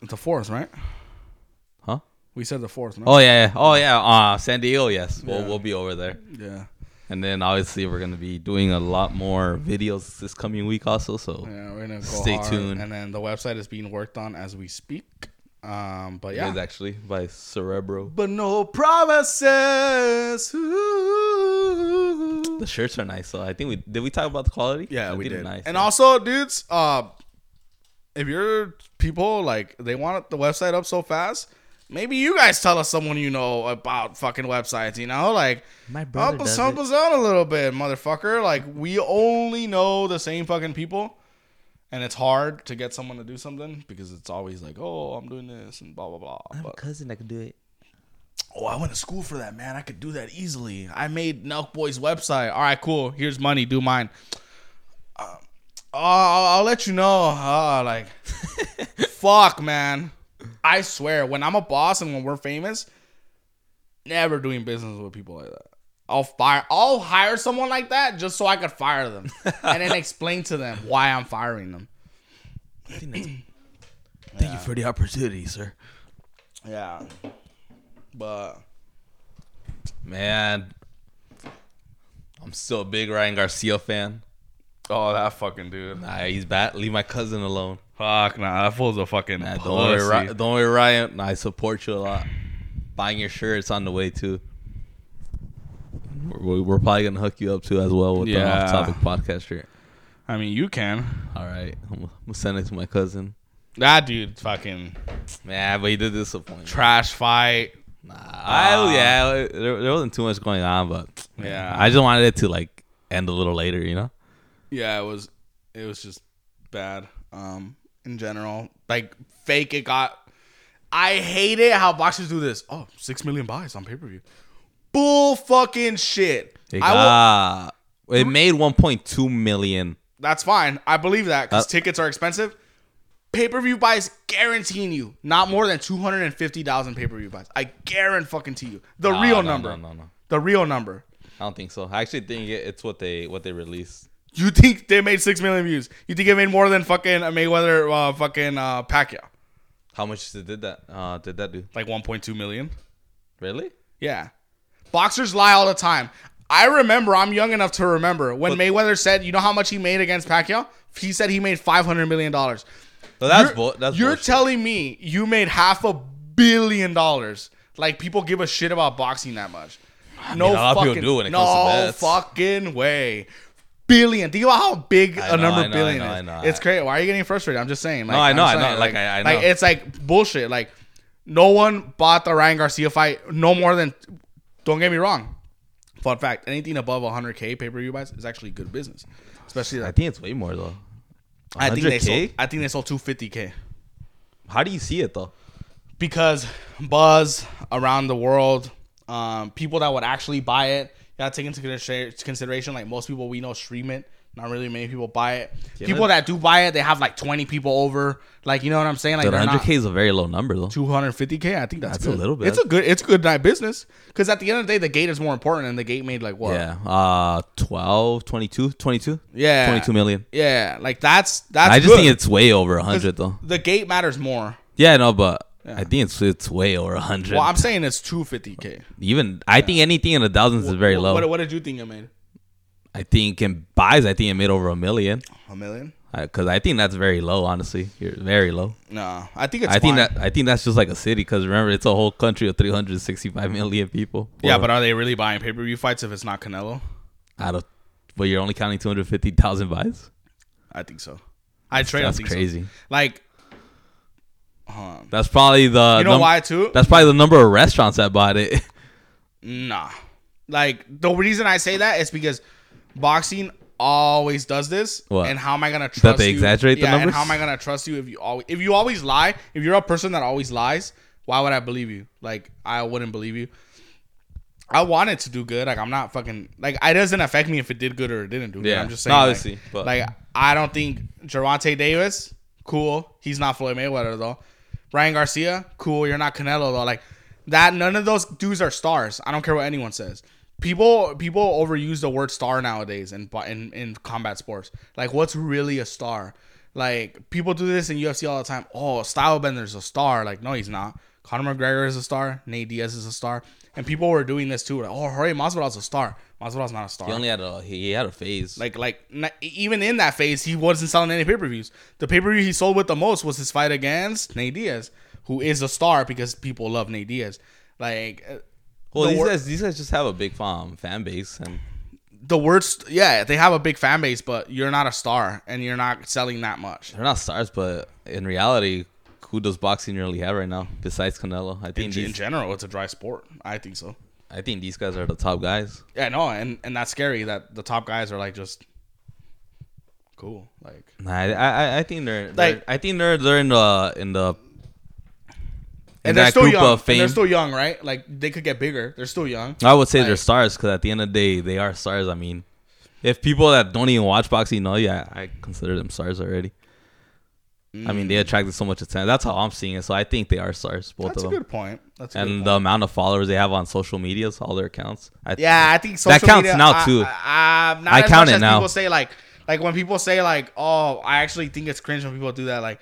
[SPEAKER 1] It's the fourth, right?
[SPEAKER 3] Huh?
[SPEAKER 1] We said the fourth, no?
[SPEAKER 3] Oh, yeah. yeah. Oh, yeah. Uh, San Diego, yes. We'll,
[SPEAKER 1] Yeah.
[SPEAKER 3] we'll be over there.
[SPEAKER 1] yeah,
[SPEAKER 3] And then obviously we're gonna be doing a lot more videos this coming week also. So
[SPEAKER 1] yeah. We're gonna go
[SPEAKER 3] Stay
[SPEAKER 1] hard,
[SPEAKER 3] tuned.
[SPEAKER 1] And then the website is being worked on as we speak. Um, but yeah,
[SPEAKER 3] it is actually by Cerebro.
[SPEAKER 1] but no [LAUGHS] promises. Ooh.
[SPEAKER 3] The shirts are nice. So I think we did we talk about the quality?
[SPEAKER 1] Yeah,
[SPEAKER 3] I
[SPEAKER 1] we
[SPEAKER 3] think they're
[SPEAKER 1] did.
[SPEAKER 3] Nice.
[SPEAKER 1] and also, dudes, uh, if you're people like they want the website up so fast, maybe you guys tell us someone you know about fucking websites. You know, like
[SPEAKER 2] My brother
[SPEAKER 1] help us,
[SPEAKER 2] does
[SPEAKER 1] help
[SPEAKER 2] it.
[SPEAKER 1] us out a little bit, motherfucker. Like we only know the same fucking people. And it's hard to get someone to do something because it's always like, oh, I'm doing this and blah blah blah.
[SPEAKER 2] I have a
[SPEAKER 1] But,
[SPEAKER 2] cousin that can do it.
[SPEAKER 1] oh, I went to school for that, man. I could do that easily. I made Nelk Boy's website. All right, cool. Here's money. Do mine. Uh, I'll, I'll let you know. Uh, [LAUGHS] like, fuck, man. I swear, when I'm a boss and when we're famous, never doing business with people like that. I'll fire. I'll hire someone like that just so I could fire them and [LAUGHS] then explain to them why I'm firing them. [CLEARS THROAT]
[SPEAKER 3] thank you for the opportunity, sir.
[SPEAKER 1] Yeah, but
[SPEAKER 3] Man. I'm still a big Ryan Garcia fan.
[SPEAKER 1] oh, that fucking dude.
[SPEAKER 3] Nah, he's bad. Leave my cousin alone.
[SPEAKER 1] Fuck, nah, that fool's a fucking.
[SPEAKER 3] Nah, don't
[SPEAKER 1] pussy.
[SPEAKER 3] worry, Ry- don't worry, Ryan. I support you a lot. Buying your shirts on the way too. we- we're probably gonna hook you up too as well with the
[SPEAKER 1] Yeah.
[SPEAKER 3] off topic podcast shirt.
[SPEAKER 1] I mean, you can.
[SPEAKER 3] All right, I'm gonna- I'm gonna send it to my cousin.
[SPEAKER 1] That dude fucking
[SPEAKER 3] Man, but he did disappoint. me.
[SPEAKER 1] trash fight.
[SPEAKER 3] Nah, I, yeah, there, there wasn't too much going on, but
[SPEAKER 1] Yeah.
[SPEAKER 3] I just wanted it to like end a little later, you know.
[SPEAKER 1] Yeah, it was it was just bad. Um in general. Like fake it got I hate it how boxers do this. Oh, six million buys on pay per view. Bull fucking shit.
[SPEAKER 3] It
[SPEAKER 1] I will-
[SPEAKER 3] got- it made 1.2 million.
[SPEAKER 1] that's fine. I believe that because
[SPEAKER 3] Uh,
[SPEAKER 1] tickets are expensive. Pay per view buys guaranteeing you not more than two hundred and fifty thousand pay per view buys. I guarantee fucking to you the
[SPEAKER 3] Nah,
[SPEAKER 1] real
[SPEAKER 3] no,
[SPEAKER 1] number.
[SPEAKER 3] No, no, no.
[SPEAKER 1] The real number.
[SPEAKER 3] I don't think so. I actually think it, it's what they what they released.
[SPEAKER 1] You think they made six million views? You think it made more than fucking uh, Mayweather, uh, fucking uh, Pacquiao,
[SPEAKER 3] How much did did that uh did that do?
[SPEAKER 1] like one point two million?
[SPEAKER 3] Really?
[SPEAKER 1] Yeah, boxers lie all the time. I remember. I'm young enough to remember when Mayweather said, "You know how much he made against Pacquiao? He said he made five hundred million dollars."
[SPEAKER 3] But that's
[SPEAKER 1] you're,
[SPEAKER 3] bull. That's
[SPEAKER 1] you're
[SPEAKER 3] bullshit.
[SPEAKER 1] telling me you made half a billion dollars. Like people give a shit about boxing that much. No
[SPEAKER 3] mean, a lot of
[SPEAKER 1] fucking,
[SPEAKER 3] people do when it
[SPEAKER 1] no
[SPEAKER 3] comes to bets.
[SPEAKER 1] fucking way. Billion. Think about how big
[SPEAKER 3] I
[SPEAKER 1] a
[SPEAKER 3] know,
[SPEAKER 1] number
[SPEAKER 3] I know, I
[SPEAKER 1] billion
[SPEAKER 3] know,
[SPEAKER 1] is.
[SPEAKER 3] I know.
[SPEAKER 1] It's crazy. Why are you getting frustrated? I'm just saying. Like,
[SPEAKER 3] No, I know,
[SPEAKER 1] I'm
[SPEAKER 3] I know.
[SPEAKER 1] saying,
[SPEAKER 3] Like, I- I
[SPEAKER 1] like
[SPEAKER 3] know.
[SPEAKER 1] it's like bullshit. Like no one bought the Ryan Garcia fight. No more than. Don't get me wrong. Fun fact: anything above 100k pay per view buys is actually good business, especially
[SPEAKER 3] I
[SPEAKER 1] like
[SPEAKER 3] think it's way more though.
[SPEAKER 1] I think they
[SPEAKER 3] 100K?
[SPEAKER 1] sold. I think they sold 250k.
[SPEAKER 3] How do you see it though?
[SPEAKER 1] because buzz around the world, um, people that would actually buy it, you gotta take into considera- consideration like most people we know stream it. Not really many people buy it. people
[SPEAKER 3] but-
[SPEAKER 1] that do buy it, they have like twenty people over. Like you know what I'm saying? Like
[SPEAKER 3] But
[SPEAKER 1] they're not
[SPEAKER 3] 100k is a very low number though.
[SPEAKER 1] 250k. I think that's,
[SPEAKER 3] That's a
[SPEAKER 1] good.
[SPEAKER 3] little bit.
[SPEAKER 1] It's a good. It's a good night business because at the end of the day, the gate is more important, and the gate made like what?
[SPEAKER 3] Yeah, uh, 12, 22, 22,
[SPEAKER 1] Yeah.
[SPEAKER 3] 22 million.
[SPEAKER 1] Yeah, Like that's that's.
[SPEAKER 3] I just
[SPEAKER 1] good.
[SPEAKER 3] think it's way over 100 though.
[SPEAKER 1] the gate matters more.
[SPEAKER 3] Yeah, no, but I think it's it's way over 100.
[SPEAKER 1] Well, I'm saying it's 250k.
[SPEAKER 3] Even I think anything in the thousands is very low.
[SPEAKER 1] What, what did you think it made?
[SPEAKER 3] I think in buys, I think it made over a million
[SPEAKER 1] A million?
[SPEAKER 3] because I think that's very low. Honestly, You're very low.
[SPEAKER 1] No, I think it's.
[SPEAKER 3] I think
[SPEAKER 1] fine.
[SPEAKER 3] that I think that's just like a city because remember it's a whole country of 365 million people.
[SPEAKER 1] Yeah,
[SPEAKER 3] Well,
[SPEAKER 1] but are they really buying pay per view fights if it's not Canelo?
[SPEAKER 3] out of but you're only counting 250,000 buys.
[SPEAKER 1] I think so. I trade. I
[SPEAKER 3] That's
[SPEAKER 1] think so.
[SPEAKER 3] crazy.
[SPEAKER 1] Like,
[SPEAKER 3] That's probably the
[SPEAKER 1] you know
[SPEAKER 3] num-
[SPEAKER 1] why too?
[SPEAKER 3] That's probably the number of restaurants that
[SPEAKER 1] [LAUGHS]
[SPEAKER 3] bought it.
[SPEAKER 1] nah. Like the reason I say that is because boxing always does this.
[SPEAKER 3] What?
[SPEAKER 1] And how am I gonna trust
[SPEAKER 3] they
[SPEAKER 1] you?
[SPEAKER 3] exaggerate the
[SPEAKER 1] yeah, And
[SPEAKER 3] numbers?
[SPEAKER 1] how am I gonna trust you if you always if you always lie? If you're a person that always lies, why would I believe you? Like I wouldn't believe you. I wanted to do good. Like I'm not fucking like it doesn't affect me if it did good or it didn't do good.
[SPEAKER 3] Yeah.
[SPEAKER 1] I'm just
[SPEAKER 3] No,
[SPEAKER 1] saying. like-
[SPEAKER 3] obviously, but-
[SPEAKER 1] like I don't think Gervonta Davis, cool. He's not Floyd Mayweather though. Ryan Garcia, cool. You're not Canelo though. Like that. None of those dudes are stars. I don't care what anyone says. People people overuse the word star nowadays in bo- in, in combat sports. Like what's really a star? Like people do this in UFC all the time. Oh, Stylebender's a star. Like no, he's not. Conor McGregor is a star. Nate Diaz is a star. And people were doing this too. Like, oh, Jorge Masvidal's a star. Masvidal's not a star.
[SPEAKER 3] He only had a he had a phase.
[SPEAKER 1] Like like n even in that phase, he wasn't selling any pay per views. The pay per view he sold with the most was his fight against Nate Diaz, who is a star because people love Nate Diaz. Like uh,
[SPEAKER 3] well,
[SPEAKER 1] the
[SPEAKER 3] these
[SPEAKER 1] wor-
[SPEAKER 3] guys these guys just have a big fan fan base and
[SPEAKER 1] the worst, yeah, they have a big fan base, but you're not a star and you're not selling that much.
[SPEAKER 3] they're not stars, but in reality, who does boxing really have right now besides Canelo? I
[SPEAKER 1] In,
[SPEAKER 3] think
[SPEAKER 1] in
[SPEAKER 3] these,
[SPEAKER 1] general, it's a dry sport. I think so.
[SPEAKER 3] I think these guys are the top guys.
[SPEAKER 1] Yeah, no, and and that's scary that the top guys are like just cool. Like
[SPEAKER 3] Nah, I I, I think they're, they're-
[SPEAKER 1] Like-
[SPEAKER 3] I think they're they're in the in the in
[SPEAKER 1] and they're still young.
[SPEAKER 3] of
[SPEAKER 1] And
[SPEAKER 3] fame.
[SPEAKER 1] they're still young, right? Like they could get bigger. They're still young.
[SPEAKER 3] I would say they're
[SPEAKER 1] like-
[SPEAKER 3] stars because at the end of the day, they are stars. I mean, if people that don't even watch boxing know, yeah, I consider them stars already. I
[SPEAKER 1] Mm.
[SPEAKER 3] mean, they attracted so much attention. That's how I'm seeing it. So I think they are stars, both
[SPEAKER 1] That's a
[SPEAKER 3] of them.
[SPEAKER 1] good point. That's a good
[SPEAKER 3] And
[SPEAKER 1] point.
[SPEAKER 3] the amount of followers they have on social medias, all their accounts. I,
[SPEAKER 1] Yeah, I think social
[SPEAKER 3] That counts
[SPEAKER 1] media-
[SPEAKER 3] now,
[SPEAKER 1] I-
[SPEAKER 3] too.
[SPEAKER 1] I, I,
[SPEAKER 3] I count it now.
[SPEAKER 1] People say like, like when people say like, oh, I actually think it's cringe when people do that. Like,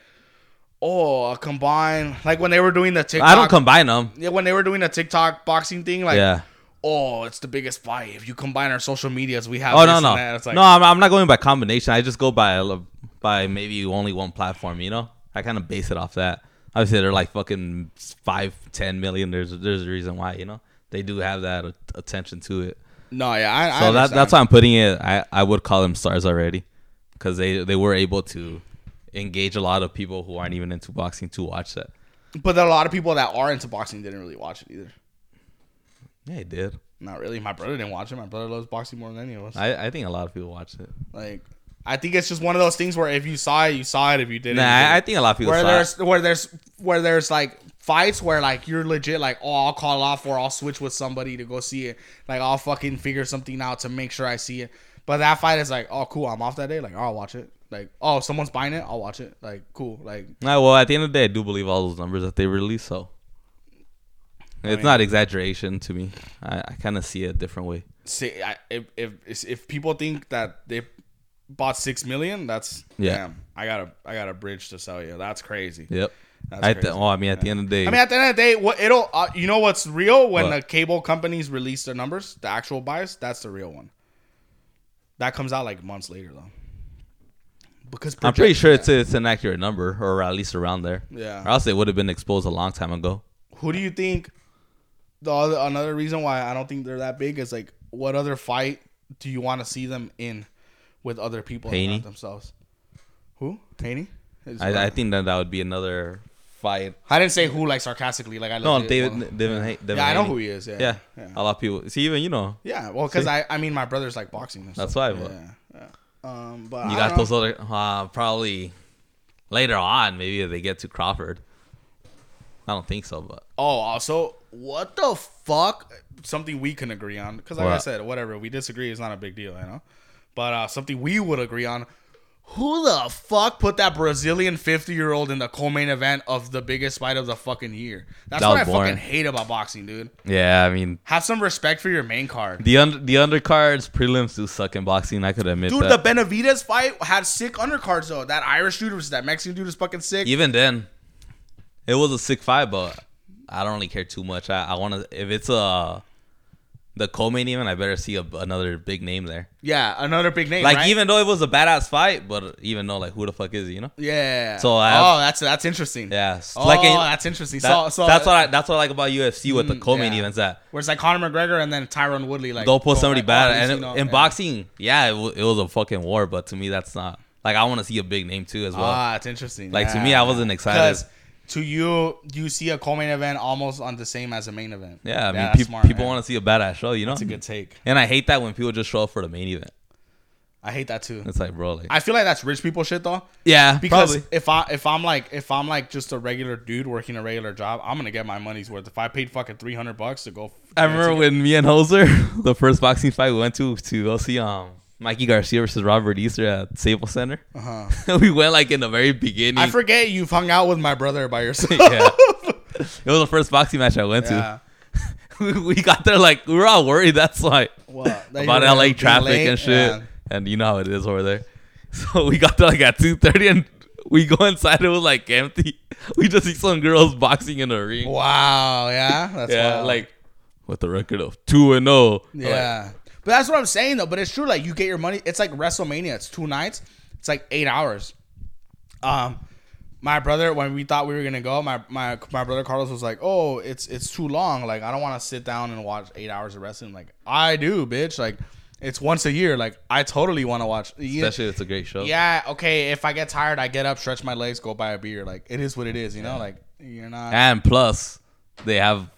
[SPEAKER 1] oh, a combine. Like when they were doing the TikTok.
[SPEAKER 3] I don't combine them.
[SPEAKER 1] Yeah, when they were doing the TikTok boxing thing, like,
[SPEAKER 3] yeah.
[SPEAKER 1] oh, it's the biggest fight. If you combine our social medias, we have.
[SPEAKER 3] Oh
[SPEAKER 1] this
[SPEAKER 3] no
[SPEAKER 1] and
[SPEAKER 3] no
[SPEAKER 1] that. It's like,
[SPEAKER 3] no. I'm, I'm not going by combination. I just go by a lo- by maybe only one platform. You know, I kind of base it off that. Obviously, they're like fucking five, ten million. There's there's a reason why. You know, they do have that a- attention to it.
[SPEAKER 1] No, yeah, I, I
[SPEAKER 3] So that,
[SPEAKER 1] understand.
[SPEAKER 3] that's why I'm putting it. I, I would call them stars already, because they they were able to engage a lot of people who aren't even into boxing to watch that.
[SPEAKER 1] But there are a lot of people that are into boxing didn't really watch it either.
[SPEAKER 3] Yeah, it did.
[SPEAKER 1] Not really. My brother didn't watch it. My brother loves boxing more than any of us.
[SPEAKER 3] I, I think a lot of people watched it.
[SPEAKER 1] like, I think it's just one of those things where if you saw it, you saw it. If you didn't,
[SPEAKER 3] Nah,
[SPEAKER 1] you didn't.
[SPEAKER 3] I, I think a lot of people
[SPEAKER 1] where
[SPEAKER 3] saw
[SPEAKER 1] there's
[SPEAKER 3] it.
[SPEAKER 1] where there's where there's like fights where like you're legit like oh I'll call off or I'll switch with somebody to go see it like I'll fucking figure something out to make sure I see it but that fight is like oh cool I'm off that day like I'll watch it like oh someone's buying it I'll watch it like cool like
[SPEAKER 3] Nah, well, at the end of the day, I do believe all those numbers that they release. So it's
[SPEAKER 1] mean-
[SPEAKER 3] not exaggeration to me. I, I kind of see it a different way.
[SPEAKER 1] say I, if if if people think that they bought 6 million that's
[SPEAKER 3] Yeah.
[SPEAKER 1] damn, I got a I got a bridge to sell you that's crazy
[SPEAKER 3] Yep.
[SPEAKER 1] That's
[SPEAKER 3] I th-
[SPEAKER 1] crazy.
[SPEAKER 3] well, I mean, at the end of the day,
[SPEAKER 1] I mean, at the end of the day, what it'll uh, you know what's real when
[SPEAKER 3] What?
[SPEAKER 1] the cable companies release their numbers, the actual bias, that's the real one. That comes out like months later though, because
[SPEAKER 3] I'm pretty
[SPEAKER 1] project-
[SPEAKER 3] sure it's it's an accurate number, or at least around there.
[SPEAKER 1] Yeah.
[SPEAKER 3] Or else it would have been exposed a long time ago.
[SPEAKER 1] Who do you think? The other, another reason why I don't think they're that big is like, what other fight do you want to see them in with other people and
[SPEAKER 3] Haney?
[SPEAKER 1] not themselves? Who Haney? Is-
[SPEAKER 3] I, I think that that would be another fight.
[SPEAKER 1] I didn't say who like sarcastically. Like I
[SPEAKER 3] No,
[SPEAKER 1] legit-
[SPEAKER 3] David,
[SPEAKER 1] well,
[SPEAKER 3] Devin, Ha- Devin
[SPEAKER 1] yeah, I know
[SPEAKER 3] Haney.
[SPEAKER 1] who he is. Yeah,
[SPEAKER 3] Yeah.
[SPEAKER 1] yeah.
[SPEAKER 3] a lot of people. See, even you know,
[SPEAKER 1] Yeah, well, because I, I mean, my brother's like boxing. And
[SPEAKER 3] That's
[SPEAKER 1] stuff.
[SPEAKER 3] why, but-
[SPEAKER 1] Yeah, yeah. Um, but
[SPEAKER 3] you
[SPEAKER 1] I
[SPEAKER 3] got
[SPEAKER 1] don't know.
[SPEAKER 3] those other uh, probably later on. Maybe if they get to Crawford. I don't think so, but
[SPEAKER 1] Oh, also, what the fuck? Something we can agree on because, like I
[SPEAKER 3] What?
[SPEAKER 1] said, whatever we disagree is not a big deal, you know. But uh, something we would agree on: who the fuck put that Brazilian fifty-year-old in the co-main event of the biggest fight of the fucking year? That's
[SPEAKER 3] That
[SPEAKER 1] what
[SPEAKER 3] was
[SPEAKER 1] I
[SPEAKER 3] boring.
[SPEAKER 1] fucking hate about boxing, dude.
[SPEAKER 3] yeah, I mean
[SPEAKER 1] Have some respect for your main card.
[SPEAKER 3] the under the undercards prelims do suck in boxing. I could admit
[SPEAKER 1] Dude, the
[SPEAKER 3] that.
[SPEAKER 1] Benavides fight had sick undercards though. That Irish dude was that Mexican dude was fucking sick.
[SPEAKER 3] even then, it was a sick fight, but I don't really care too much. I, I want to if it's a the co-main event, I better see a, another big name there.
[SPEAKER 1] Yeah, another big name.
[SPEAKER 3] Like
[SPEAKER 1] right?
[SPEAKER 3] even though it was a badass fight, but even though like who the fuck is he, you know?
[SPEAKER 1] Yeah.
[SPEAKER 3] So I have-
[SPEAKER 1] oh, that's that's interesting.
[SPEAKER 3] Yeah, s-
[SPEAKER 1] Oh,
[SPEAKER 3] like in-
[SPEAKER 1] that's interesting.
[SPEAKER 3] that-
[SPEAKER 1] so, so
[SPEAKER 3] that's what I, that's what I like about UFC with the
[SPEAKER 1] Mm,
[SPEAKER 3] co-main
[SPEAKER 1] yeah.
[SPEAKER 3] events that
[SPEAKER 1] Where it's like Conor McGregor and then Tyron Woodley. Like
[SPEAKER 3] they'll pull somebody
[SPEAKER 1] like,
[SPEAKER 3] bad.
[SPEAKER 1] oh,
[SPEAKER 3] And
[SPEAKER 1] you
[SPEAKER 3] it-
[SPEAKER 1] know,
[SPEAKER 3] in
[SPEAKER 1] yeah.
[SPEAKER 3] boxing, yeah, it, w- it was a fucking war, but to me that's not like I want to see a big name too as well.
[SPEAKER 1] ah, it's interesting.
[SPEAKER 3] like to
[SPEAKER 1] Yeah.
[SPEAKER 3] me, I wasn't
[SPEAKER 1] because
[SPEAKER 3] excited.
[SPEAKER 1] to you, you see a co-main event almost on the same as a main event.
[SPEAKER 3] Yeah, I mean,
[SPEAKER 1] that's
[SPEAKER 3] peop-
[SPEAKER 1] smart,
[SPEAKER 3] people
[SPEAKER 1] yeah.
[SPEAKER 3] want to see a badass show, you know.
[SPEAKER 1] That's a good take.
[SPEAKER 3] and I hate that when people just show up for the main event.
[SPEAKER 1] I hate that too.
[SPEAKER 3] It's like, bro, like
[SPEAKER 1] I feel like that's rich people shit though.
[SPEAKER 3] yeah,
[SPEAKER 1] Because
[SPEAKER 3] probably.
[SPEAKER 1] if I if I'm like if I'm like just a regular dude working a regular job, I'm gonna get my money's worth. If I paid fucking three hundred bucks to go, f-
[SPEAKER 3] I remember when me and Hoser, [LAUGHS] the first boxing fight we went to to go see um Mikey Garcia versus Robert Easter at Staples Center. Uh-huh. [LAUGHS] we went like in the very beginning.
[SPEAKER 1] I forget you've hung out with my brother by yourself.
[SPEAKER 3] [LAUGHS]
[SPEAKER 1] [LAUGHS]
[SPEAKER 3] yeah. It was the first boxing match I went
[SPEAKER 1] yeah.
[SPEAKER 3] to. [LAUGHS] We got there like we were all worried. That's like
[SPEAKER 1] Well,
[SPEAKER 3] [LAUGHS]
[SPEAKER 1] that
[SPEAKER 3] about
[SPEAKER 1] you were
[SPEAKER 3] LA
[SPEAKER 1] being
[SPEAKER 3] traffic
[SPEAKER 1] late,
[SPEAKER 3] and shit,
[SPEAKER 1] yeah.
[SPEAKER 3] and you know how it is over there. [LAUGHS] So we got there like at two thirty, and we go inside. It was like empty. [LAUGHS] We just see some girls boxing in the ring.
[SPEAKER 1] Wow, yeah, that's
[SPEAKER 3] yeah,
[SPEAKER 1] wild.
[SPEAKER 3] like with a record of two and oh. zero.
[SPEAKER 1] yeah. but that's what I'm saying though. But it's true. Like you get your money. It's like WrestleMania. It's two nights. It's like eight hours. Um, my brother, when we thought we were gonna go, my my my brother Carlos was like, "Oh, it's it's too long. Like I don't want to sit down and watch eight hours of wrestling. Like I do, bitch. Like it's once a year. Like I totally want to watch. Yeah,
[SPEAKER 3] especially if it's a great show.
[SPEAKER 1] yeah. Okay. If I get tired, I get up, stretch my legs, go buy a beer. Like it is what it is. You know. Like you're not.
[SPEAKER 3] and plus they have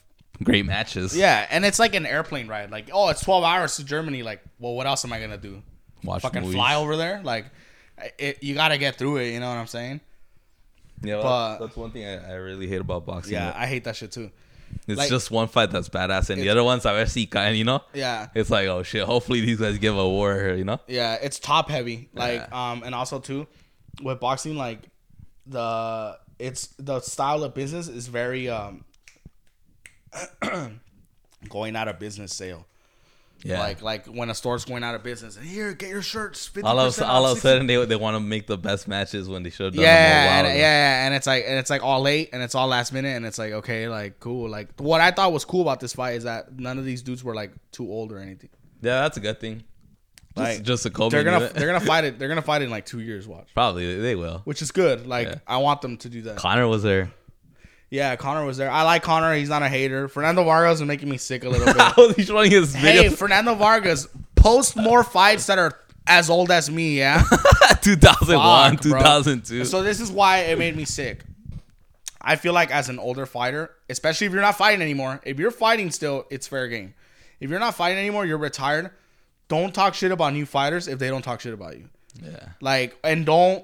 [SPEAKER 3] great matches.
[SPEAKER 1] Yeah, and it's like an airplane ride. Like, oh, it's twelve hours to Germany. Like, well, what else am I gonna do?
[SPEAKER 3] watch
[SPEAKER 1] Fucking
[SPEAKER 3] movies.
[SPEAKER 1] fly over there? Like, it, you gotta get through it. You know what I'm saying?
[SPEAKER 3] Yeah, well,
[SPEAKER 1] but-
[SPEAKER 3] that's one thing I, I really hate about boxing.
[SPEAKER 1] Yeah, I hate that shit too.
[SPEAKER 3] it's
[SPEAKER 1] like-
[SPEAKER 3] just one fight that's badass, and the
[SPEAKER 1] It's-
[SPEAKER 3] other ones I see, and you know,
[SPEAKER 1] Yeah,
[SPEAKER 3] it's like oh shit. Hopefully these guys give a war, here, you know.
[SPEAKER 1] yeah, it's top heavy. Like,
[SPEAKER 3] Yeah.
[SPEAKER 1] um, and also too, with boxing, like the it's the style of business is very um [CLEARS THROAT] going out of business sale.
[SPEAKER 3] Yeah,
[SPEAKER 1] Like, like when a store's going out of business, and here, get your shirts. 50%
[SPEAKER 3] all of
[SPEAKER 1] off,
[SPEAKER 3] all of a
[SPEAKER 1] 60%
[SPEAKER 3] sudden they they want to make the best matches when they should have done them a
[SPEAKER 1] yeah,
[SPEAKER 3] while
[SPEAKER 1] and,
[SPEAKER 3] ago.
[SPEAKER 1] yeah, and it's like and it's like all late and it's all last minute and it's like okay, like cool. Like what I thought was cool about this fight is that none of these dudes were like too old or anything.
[SPEAKER 3] Yeah, that's a good thing. Just,
[SPEAKER 1] Like,
[SPEAKER 3] just a co
[SPEAKER 1] They're gonna they're gonna fight it. They're gonna fight it in like two years. Watch,
[SPEAKER 3] [LAUGHS] probably they will.
[SPEAKER 1] which is good. Like I want them to do that. [LAUGHS]
[SPEAKER 3] Connor was there.
[SPEAKER 1] Yeah, Connor was there. I like Connor. He's not a hater. Fernando Vargas is making me sick a little bit.
[SPEAKER 3] [LAUGHS] He's running his
[SPEAKER 1] hey,
[SPEAKER 3] videos
[SPEAKER 1] Fernando Vargas, post more fights that are as old as me. Yeah.
[SPEAKER 3] [LAUGHS] 2001,
[SPEAKER 1] Fuck, bro.
[SPEAKER 3] 2002.
[SPEAKER 1] So this is why it made me sick. I feel like as an older fighter, especially if you're not fighting anymore, if you're fighting still, it's fair game. If you're not fighting anymore, you're retired. Don't talk shit about new fighters if they don't talk shit about you.
[SPEAKER 3] yeah.
[SPEAKER 1] Like, and don't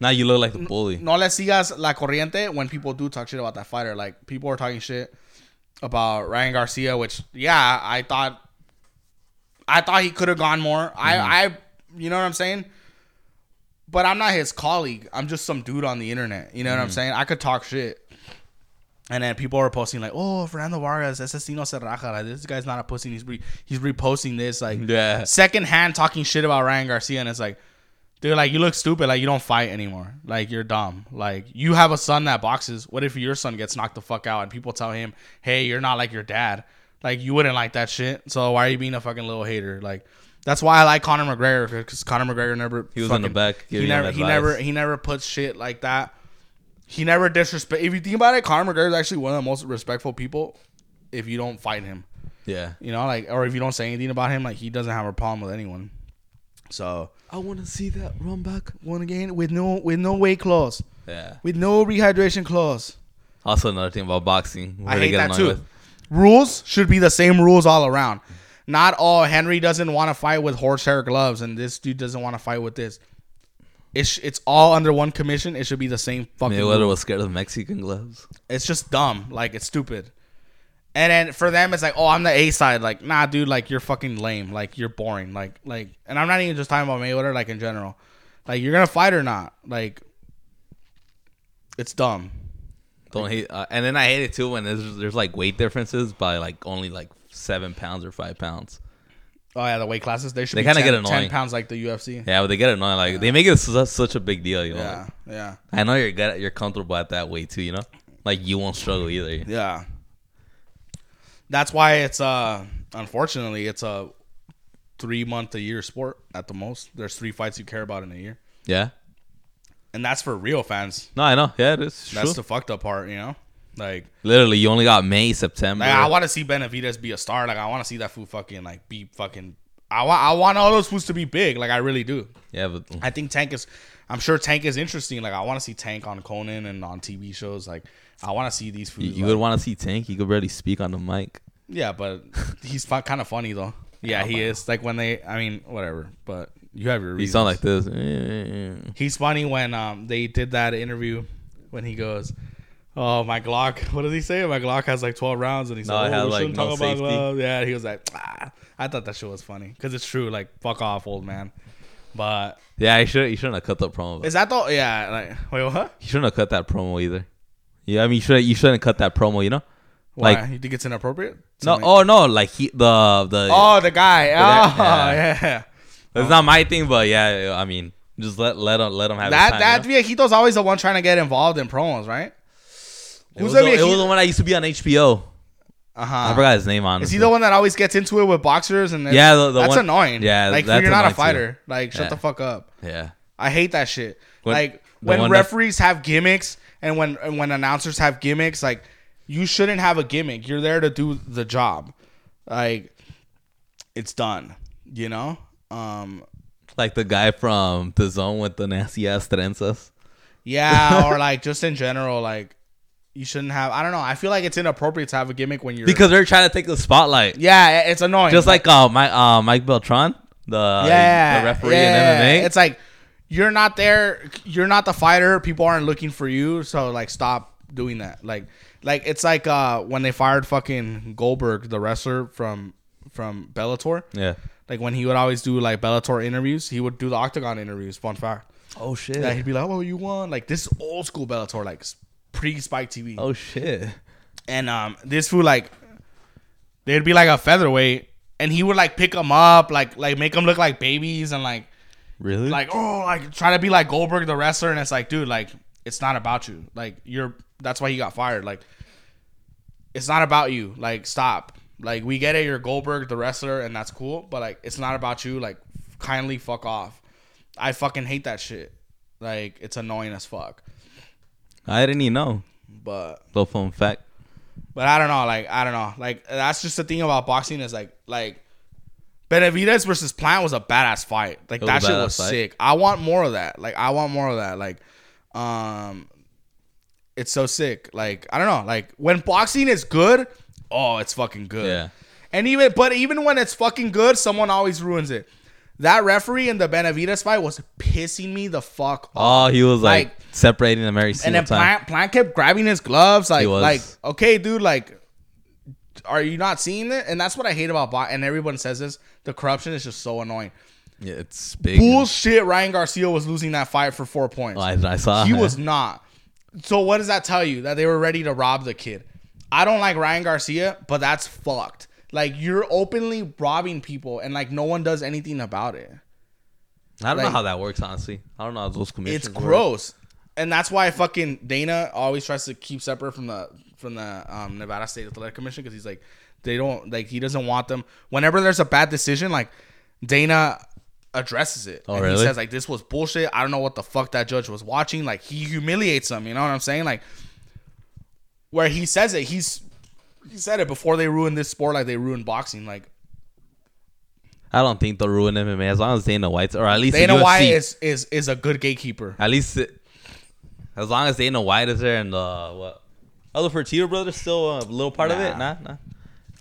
[SPEAKER 3] Now you look like the bully.
[SPEAKER 1] no le sigas la corriente when people do talk shit about that fighter. Like people are talking shit about Ryan Garcia, which yeah, I thought I thought he could have gone more. I I you know what I'm saying? But I'm not his colleague. I'm just some dude on the internet. You know what I'm saying? I could talk shit. And then people are posting like, "Oh, Fernando Vargas, asesino se raja. Like, this guy's not a pussy. He's re- he's reposting this like
[SPEAKER 3] Yeah.
[SPEAKER 1] secondhand talking shit about Ryan Garcia, and it's like, dude, like you look stupid. Like you don't fight anymore. Like you're dumb. Like you have a son that boxes. What if your son gets knocked the fuck out and people tell him, hey, you're not like your dad. Like you wouldn't like that shit. So why are you being a fucking little hater? Like that's why I like Conor McGregor because Conor McGregor never
[SPEAKER 3] He was on the back
[SPEAKER 1] He
[SPEAKER 3] giving
[SPEAKER 1] never
[SPEAKER 3] him
[SPEAKER 1] he never
[SPEAKER 3] advice.
[SPEAKER 1] he never puts shit like that. He never disrespect. If you think about it, Conor McGregor is actually one of the most respectful people. If you don't fight him,
[SPEAKER 3] Yeah.
[SPEAKER 1] you know, like, or if you don't say anything about him, like, he doesn't have a problem with anyone. So
[SPEAKER 3] I want to see that run back.
[SPEAKER 1] one again with no with no weight clause,
[SPEAKER 3] Yeah.
[SPEAKER 1] with no rehydration clause.
[SPEAKER 3] Also, another thing about boxing. where
[SPEAKER 1] I
[SPEAKER 3] they
[SPEAKER 1] hate
[SPEAKER 3] get
[SPEAKER 1] that
[SPEAKER 3] annoyed
[SPEAKER 1] too.
[SPEAKER 3] with-
[SPEAKER 1] Rules should be the same rules all around. Not all Henry doesn't want to fight with horsehair gloves, and this dude doesn't want to fight with this. It's it's all under one commission. It should be the same fucking.
[SPEAKER 3] Mayweather
[SPEAKER 1] rule.
[SPEAKER 3] was scared of Mexican gloves.
[SPEAKER 1] It's just dumb. Like it's stupid. And then for them, it's like, oh, I'm the A side. Like, nah, dude, like you're fucking lame. Like you're boring. Like, like, and I'm not even just talking about Mayweather. Like in general, like you're gonna fight or not. Like, it's dumb.
[SPEAKER 3] Don't hate. Uh, and then I hate it too when there's, there's like weight differences by like only like seven pounds or five pounds.
[SPEAKER 1] Oh yeah, the weight classes they should
[SPEAKER 3] They
[SPEAKER 1] be
[SPEAKER 3] kinda
[SPEAKER 1] 10,
[SPEAKER 3] get annoying.
[SPEAKER 1] Ten pounds like the UFC.
[SPEAKER 3] Yeah, but they get annoying. Like they make it su- such a big deal. You know?
[SPEAKER 1] Yeah,
[SPEAKER 3] Like,
[SPEAKER 1] yeah,
[SPEAKER 3] I know you're good. You're comfortable at that weight too. You know, like you won't struggle either.
[SPEAKER 1] yeah. That's why it's uh, unfortunately, it's a three month a year sport at the most. There's three fights you care about in a year,
[SPEAKER 3] Yeah.
[SPEAKER 1] and that's for real fans.
[SPEAKER 3] No, I know. Yeah, it is.
[SPEAKER 1] That's
[SPEAKER 3] true.
[SPEAKER 1] the fucked up part, you know. Like,
[SPEAKER 3] Literally, you only got May, September.
[SPEAKER 1] like I want to see Benavides be a star. Like, I want to see that fool fucking like be fucking. I want, I want all those fools to be big. Like, I really do.
[SPEAKER 3] yeah, but
[SPEAKER 1] I think Tank is. I'm sure Tank is interesting. Like, I want to see Tank on Conan and on TV shows. Like, I want to see these fools.
[SPEAKER 3] you, you
[SPEAKER 1] like-
[SPEAKER 3] would want to see Tank. He could barely speak on the mic.
[SPEAKER 1] yeah, but he's fu- kind of funny though. Yeah, he is. Like when they, I mean, whatever. But you have your
[SPEAKER 3] He
[SPEAKER 1] reasons.
[SPEAKER 3] sound like this. Yeah,
[SPEAKER 1] He's funny when um they did that interview when he goes, "Oh my Glock, [LAUGHS] what does he say? My Glock has like twelve rounds," and he's
[SPEAKER 3] No,
[SPEAKER 1] like,
[SPEAKER 3] it
[SPEAKER 1] "Oh,
[SPEAKER 3] had,
[SPEAKER 1] we
[SPEAKER 3] like,
[SPEAKER 1] shouldn't
[SPEAKER 3] no
[SPEAKER 1] talk about
[SPEAKER 3] safety."
[SPEAKER 1] gloves." Yeah, he was like, ah. "I thought that shit was funny because it's true. Like, fuck off, old man." But
[SPEAKER 3] he should. He shouldn't have cut that promo.
[SPEAKER 1] is that the yeah? Like, wait, what?
[SPEAKER 3] He shouldn't have cut that promo either. Yeah, I mean, you should. You shouldn't cut that promo. You know.
[SPEAKER 1] Why?
[SPEAKER 3] Like-
[SPEAKER 1] you think it's inappropriate?
[SPEAKER 3] No,
[SPEAKER 1] Something-
[SPEAKER 3] oh no, like he the the.
[SPEAKER 1] oh, the guy. Oh,
[SPEAKER 3] yeah.
[SPEAKER 1] yeah.
[SPEAKER 3] It's not my thing, but yeah, I mean, just let let him let him have
[SPEAKER 1] That
[SPEAKER 3] his time,
[SPEAKER 1] that
[SPEAKER 3] you
[SPEAKER 1] Viejito's always the one trying to get involved in promos, right?
[SPEAKER 3] know? it, was
[SPEAKER 1] who's that
[SPEAKER 3] the, it
[SPEAKER 1] Viejito?
[SPEAKER 3] was the one that used to be on
[SPEAKER 1] Uh
[SPEAKER 3] HBO. I
[SPEAKER 1] huh.
[SPEAKER 3] forgot his name. Honestly,
[SPEAKER 1] Is he the one that always gets into it with boxers and
[SPEAKER 3] Yeah, the- the
[SPEAKER 1] that's
[SPEAKER 3] one-
[SPEAKER 1] annoying.
[SPEAKER 3] yeah,
[SPEAKER 1] like
[SPEAKER 3] that's
[SPEAKER 1] you're not
[SPEAKER 3] annoying,
[SPEAKER 1] a
[SPEAKER 3] too.
[SPEAKER 1] fighter. Like shut
[SPEAKER 3] Yeah.
[SPEAKER 1] the fuck up.
[SPEAKER 3] Yeah,
[SPEAKER 1] I hate that shit.
[SPEAKER 3] When-
[SPEAKER 1] like
[SPEAKER 3] the
[SPEAKER 1] when
[SPEAKER 3] one that-
[SPEAKER 1] referees have gimmicks and when and when announcers have gimmicks, like you shouldn't have a gimmick. You're there to do the job. Like it's done. You know. Um.
[SPEAKER 3] like the guy from the zone with the nasty ass trenzas.
[SPEAKER 1] Yeah.
[SPEAKER 3] [LAUGHS]
[SPEAKER 1] or like just in general, like you shouldn't have. I don't know. I feel like it's inappropriate to have a gimmick when you're
[SPEAKER 3] Because they're trying to take the spotlight,
[SPEAKER 1] yeah, it's annoying.
[SPEAKER 3] just like uh, my uh, Mike Beltran, the
[SPEAKER 1] yeah,
[SPEAKER 3] the referee
[SPEAKER 1] yeah.
[SPEAKER 3] in MMA.
[SPEAKER 1] It's like you're not there. You're not the fighter. People aren't looking for you. So like, stop doing that. Like, like it's like uh when they fired fucking Goldberg, the wrestler from from Bellator.
[SPEAKER 3] yeah.
[SPEAKER 1] Like when he would always do like Bellator interviews, he would do the Octagon interviews. Fun fact.
[SPEAKER 3] Oh shit.
[SPEAKER 1] Yeah, he'd be like, "Oh, you won!" Like this is old school Bellator, like pre Spike TV.
[SPEAKER 3] oh shit.
[SPEAKER 1] And um, this fool like, there'd be like a featherweight, and he would like pick them up, like like make them look like babies, and like
[SPEAKER 3] Really?
[SPEAKER 1] like oh like try to be like Goldberg the wrestler and it's like dude like it's not about you like you're that's why he got fired like it's not about you like stop like we get it you're Goldberg the wrestler and that's cool but like it's not about you like kindly fuck off I fucking hate that shit like it's annoying as fuck
[SPEAKER 3] I didn't even know.
[SPEAKER 1] But
[SPEAKER 3] Little fun fact.
[SPEAKER 1] But I don't know, like I don't know, like that's just the thing about boxing is like like Benavides versus Plant was a badass fight. Like
[SPEAKER 3] It was a
[SPEAKER 1] that shit
[SPEAKER 3] badass
[SPEAKER 1] was
[SPEAKER 3] fight.
[SPEAKER 1] sick. I want more of that. Like I want more of that. Like um it's so sick. Like I don't know, like when boxing is good, oh, it's fucking good.
[SPEAKER 3] Yeah.
[SPEAKER 1] And even but even when it's fucking good, someone always ruins it. That referee in the Benavides fight was pissing me the fuck off.
[SPEAKER 3] Oh, he was like,
[SPEAKER 1] Like-
[SPEAKER 3] separating them every
[SPEAKER 1] And
[SPEAKER 3] single
[SPEAKER 1] then
[SPEAKER 3] time.
[SPEAKER 1] Plant, Plant kept grabbing his gloves, like,
[SPEAKER 3] He was.
[SPEAKER 1] like, okay, dude, like, are you not seeing it? And that's what I hate about bot. And everyone says this: the corruption is just so annoying.
[SPEAKER 3] Yeah, it's big.
[SPEAKER 1] Bullshit. Ryan Garcia was losing that fight for four points.
[SPEAKER 3] I, I saw.
[SPEAKER 1] he
[SPEAKER 3] that.
[SPEAKER 1] was not. So what does that tell you? That they were ready to rob the kid. I don't like Ryan Garcia, but that's fucked. Like you're openly robbing people, and like no one does anything about it.
[SPEAKER 3] I don't know
[SPEAKER 1] like-
[SPEAKER 3] how that works. Honestly, I don't know how those commissions.
[SPEAKER 1] it's
[SPEAKER 3] work.
[SPEAKER 1] gross and that's why fucking dana always tries to keep separate from the from the um, nevada state athletic commission because he's like they don't like he doesn't want them whenever there's a bad decision like dana addresses it
[SPEAKER 3] Oh,
[SPEAKER 1] and he
[SPEAKER 3] really?
[SPEAKER 1] says like this was bullshit i don't know what the fuck that judge was watching like he humiliates them you know what i'm saying like where he says it he's he said it before they ruined this sport like they ruined boxing like
[SPEAKER 3] I don't think they'll ruin MMA as long as Dana White's or at least
[SPEAKER 1] dana
[SPEAKER 3] the
[SPEAKER 1] white
[SPEAKER 3] UFC.
[SPEAKER 1] is is is a good gatekeeper
[SPEAKER 3] at least it, as long as Dana White is there and uh what other Fertitta brothers still a little part of it.
[SPEAKER 1] Nah.
[SPEAKER 3] Nah, nah.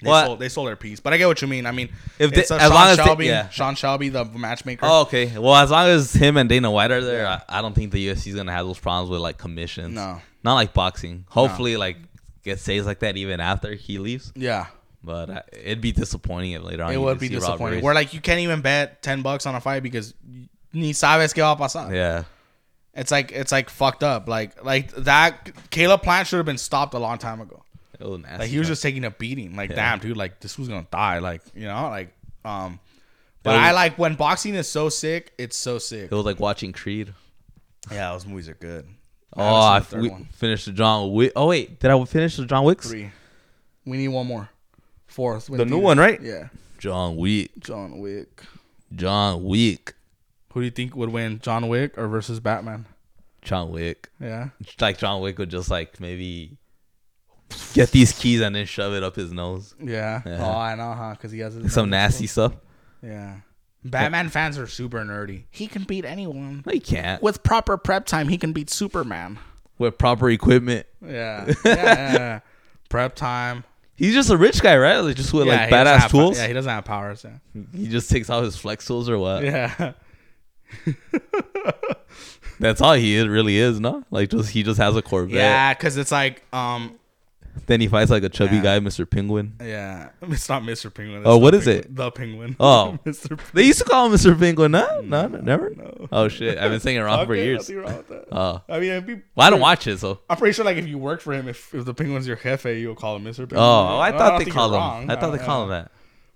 [SPEAKER 1] They
[SPEAKER 3] What?
[SPEAKER 1] sold, they sold their piece, but I get what you mean. I mean,
[SPEAKER 3] If
[SPEAKER 1] if
[SPEAKER 3] they-
[SPEAKER 1] it's a
[SPEAKER 3] as
[SPEAKER 1] Sean
[SPEAKER 3] long as they-
[SPEAKER 1] Shelby,
[SPEAKER 3] yeah.
[SPEAKER 1] Sean Shelby, the matchmaker.
[SPEAKER 3] Oh, okay. Well, as long as him and Dana White are there, I, I don't think the UFC's gonna have those problems with like commissions.
[SPEAKER 1] No.
[SPEAKER 3] not like boxing. Hopefully, like it stays like that even after he leaves.
[SPEAKER 1] yeah,
[SPEAKER 3] But uh, it'd be disappointing if later on
[SPEAKER 1] it
[SPEAKER 3] you
[SPEAKER 1] would
[SPEAKER 3] just
[SPEAKER 1] be
[SPEAKER 3] see Rob
[SPEAKER 1] disappointing.
[SPEAKER 3] Reese.
[SPEAKER 1] Where like you can't even bet ten bucks on a fight because ni sabes que va a pasar.
[SPEAKER 3] yeah,
[SPEAKER 1] It's like it's like fucked up. Like like that. Caleb Plant should have been stopped a long time ago.
[SPEAKER 3] it was nasty.
[SPEAKER 1] Like he was just taking a beating. Like damn, dude. Like this was gonna die. Like you know. Like um. But
[SPEAKER 3] It was-
[SPEAKER 1] I like when boxing is so sick. It's so sick.
[SPEAKER 3] It was like watching Creed.
[SPEAKER 1] Yeah, those movies are good.
[SPEAKER 3] Oh,
[SPEAKER 1] haven't seen
[SPEAKER 3] I
[SPEAKER 1] the third
[SPEAKER 3] we
[SPEAKER 1] one.
[SPEAKER 3] finished the John Wick. Oh wait, did I finish the John Wicks?
[SPEAKER 1] three. We need one more. Fourth.
[SPEAKER 3] The new one, right?
[SPEAKER 1] Yeah.
[SPEAKER 3] John Wick.
[SPEAKER 1] John Wick.
[SPEAKER 3] John Wick.
[SPEAKER 1] Who do you think would win, John Wick or versus Batman?
[SPEAKER 3] John Wick.
[SPEAKER 1] Yeah.
[SPEAKER 3] Like John Wick would just like maybe get these keys and then shove it up his nose.
[SPEAKER 1] Yeah.
[SPEAKER 3] Yeah.
[SPEAKER 1] Oh, I know, huh? Because he has his
[SPEAKER 3] Some
[SPEAKER 1] numbers.
[SPEAKER 3] nasty stuff.
[SPEAKER 1] Yeah. Batman fans are super nerdy. He can beat anyone.
[SPEAKER 3] No, you can't.
[SPEAKER 1] With proper prep time, he can beat Superman.
[SPEAKER 3] With proper equipment.
[SPEAKER 1] [LAUGHS] Yeah. Yeah. yeah, yeah. Prep time.
[SPEAKER 3] He's just a rich guy, right? Like just with
[SPEAKER 1] Yeah,
[SPEAKER 3] like
[SPEAKER 1] he doesn't
[SPEAKER 3] badass
[SPEAKER 1] have po-
[SPEAKER 3] tools.
[SPEAKER 1] yeah, he doesn't have powers. Yeah.
[SPEAKER 3] he just takes out his flex tools or
[SPEAKER 1] [LAUGHS]
[SPEAKER 3] what?
[SPEAKER 1] yeah.
[SPEAKER 3] That's all he is, really is, no? Like just he just has a Corvette.
[SPEAKER 1] Yeah, because it's like, um,
[SPEAKER 3] Then he fights like a chubby
[SPEAKER 1] Yeah.
[SPEAKER 3] guy, Mr. Penguin.
[SPEAKER 1] yeah, [LAUGHS] it's not Mr. Penguin. it's
[SPEAKER 3] Oh,
[SPEAKER 1] the
[SPEAKER 3] what is
[SPEAKER 1] Penguin-
[SPEAKER 3] it?
[SPEAKER 1] The Penguin. [LAUGHS]
[SPEAKER 3] Oh.
[SPEAKER 1] Mr. Penguin.
[SPEAKER 3] They used to call him Mr. Penguin, no? No, no never? Oh shit. I've been saying it wrong for
[SPEAKER 1] Mm, Okay,
[SPEAKER 3] years.
[SPEAKER 1] nothing wrong with that.
[SPEAKER 3] Oh.
[SPEAKER 1] I mean, it'd be
[SPEAKER 3] Well, I don't watch it, so
[SPEAKER 1] I'm pretty sure, like, if you work for him, if, if the penguin's your jefe, you'll call him Mr. Penguin.
[SPEAKER 3] Oh, I
[SPEAKER 1] don't
[SPEAKER 3] thought they
[SPEAKER 1] think
[SPEAKER 3] called
[SPEAKER 1] you're
[SPEAKER 3] him.
[SPEAKER 1] wrong.
[SPEAKER 3] I thought they
[SPEAKER 1] Uh,
[SPEAKER 3] called him that.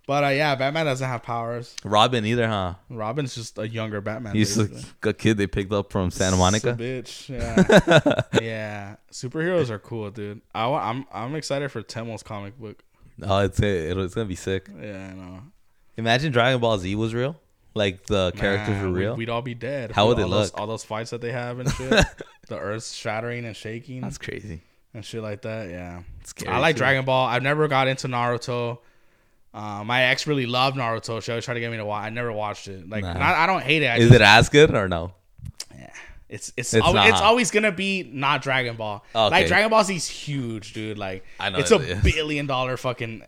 [SPEAKER 1] But uh, yeah, Batman doesn't have powers.
[SPEAKER 3] Robin either, huh?
[SPEAKER 1] Robin's just a younger Batman.
[SPEAKER 3] He's a,
[SPEAKER 1] basically.
[SPEAKER 3] a kid they picked up from Santa
[SPEAKER 1] It's a
[SPEAKER 3] Monica.
[SPEAKER 1] bitch. Yeah.
[SPEAKER 3] [LAUGHS]
[SPEAKER 1] yeah. Superheroes are cool, dude. I, wa- I'm I'm excited for Temel's comic book.
[SPEAKER 3] Oh, it's it, it's gonna be sick.
[SPEAKER 1] Yeah, I know.
[SPEAKER 3] Imagine Dragon Ball Z was real, like the characters
[SPEAKER 1] Man,
[SPEAKER 3] were
[SPEAKER 1] we'd-
[SPEAKER 3] real.
[SPEAKER 1] We'd, all be dead.
[SPEAKER 3] How
[SPEAKER 1] with
[SPEAKER 3] would it
[SPEAKER 1] all those-
[SPEAKER 3] look?
[SPEAKER 1] all those fights that they have and
[SPEAKER 3] [LAUGHS]
[SPEAKER 1] shit, the Earth shattering and shaking
[SPEAKER 3] That's crazy.
[SPEAKER 1] and shit like that. Yeah.
[SPEAKER 3] scary
[SPEAKER 1] I like
[SPEAKER 3] too.
[SPEAKER 1] Dragon Ball. I've never got into Naruto. Uh, my ex really loved Naruto. She always tried to get me to watch. I never watched it. Like,
[SPEAKER 3] Nah.
[SPEAKER 1] not, I don't hate it. I
[SPEAKER 3] Is
[SPEAKER 1] just-
[SPEAKER 3] it as good or no?
[SPEAKER 1] It's it's
[SPEAKER 3] It's
[SPEAKER 1] al-
[SPEAKER 3] not,
[SPEAKER 1] it's
[SPEAKER 3] huh?
[SPEAKER 1] always gonna be not Dragon Ball.
[SPEAKER 3] Okay.
[SPEAKER 1] Like Dragon Ball Z's huge, dude. Like
[SPEAKER 3] I know
[SPEAKER 1] it's
[SPEAKER 3] it
[SPEAKER 1] a
[SPEAKER 3] is.
[SPEAKER 1] billion dollar fucking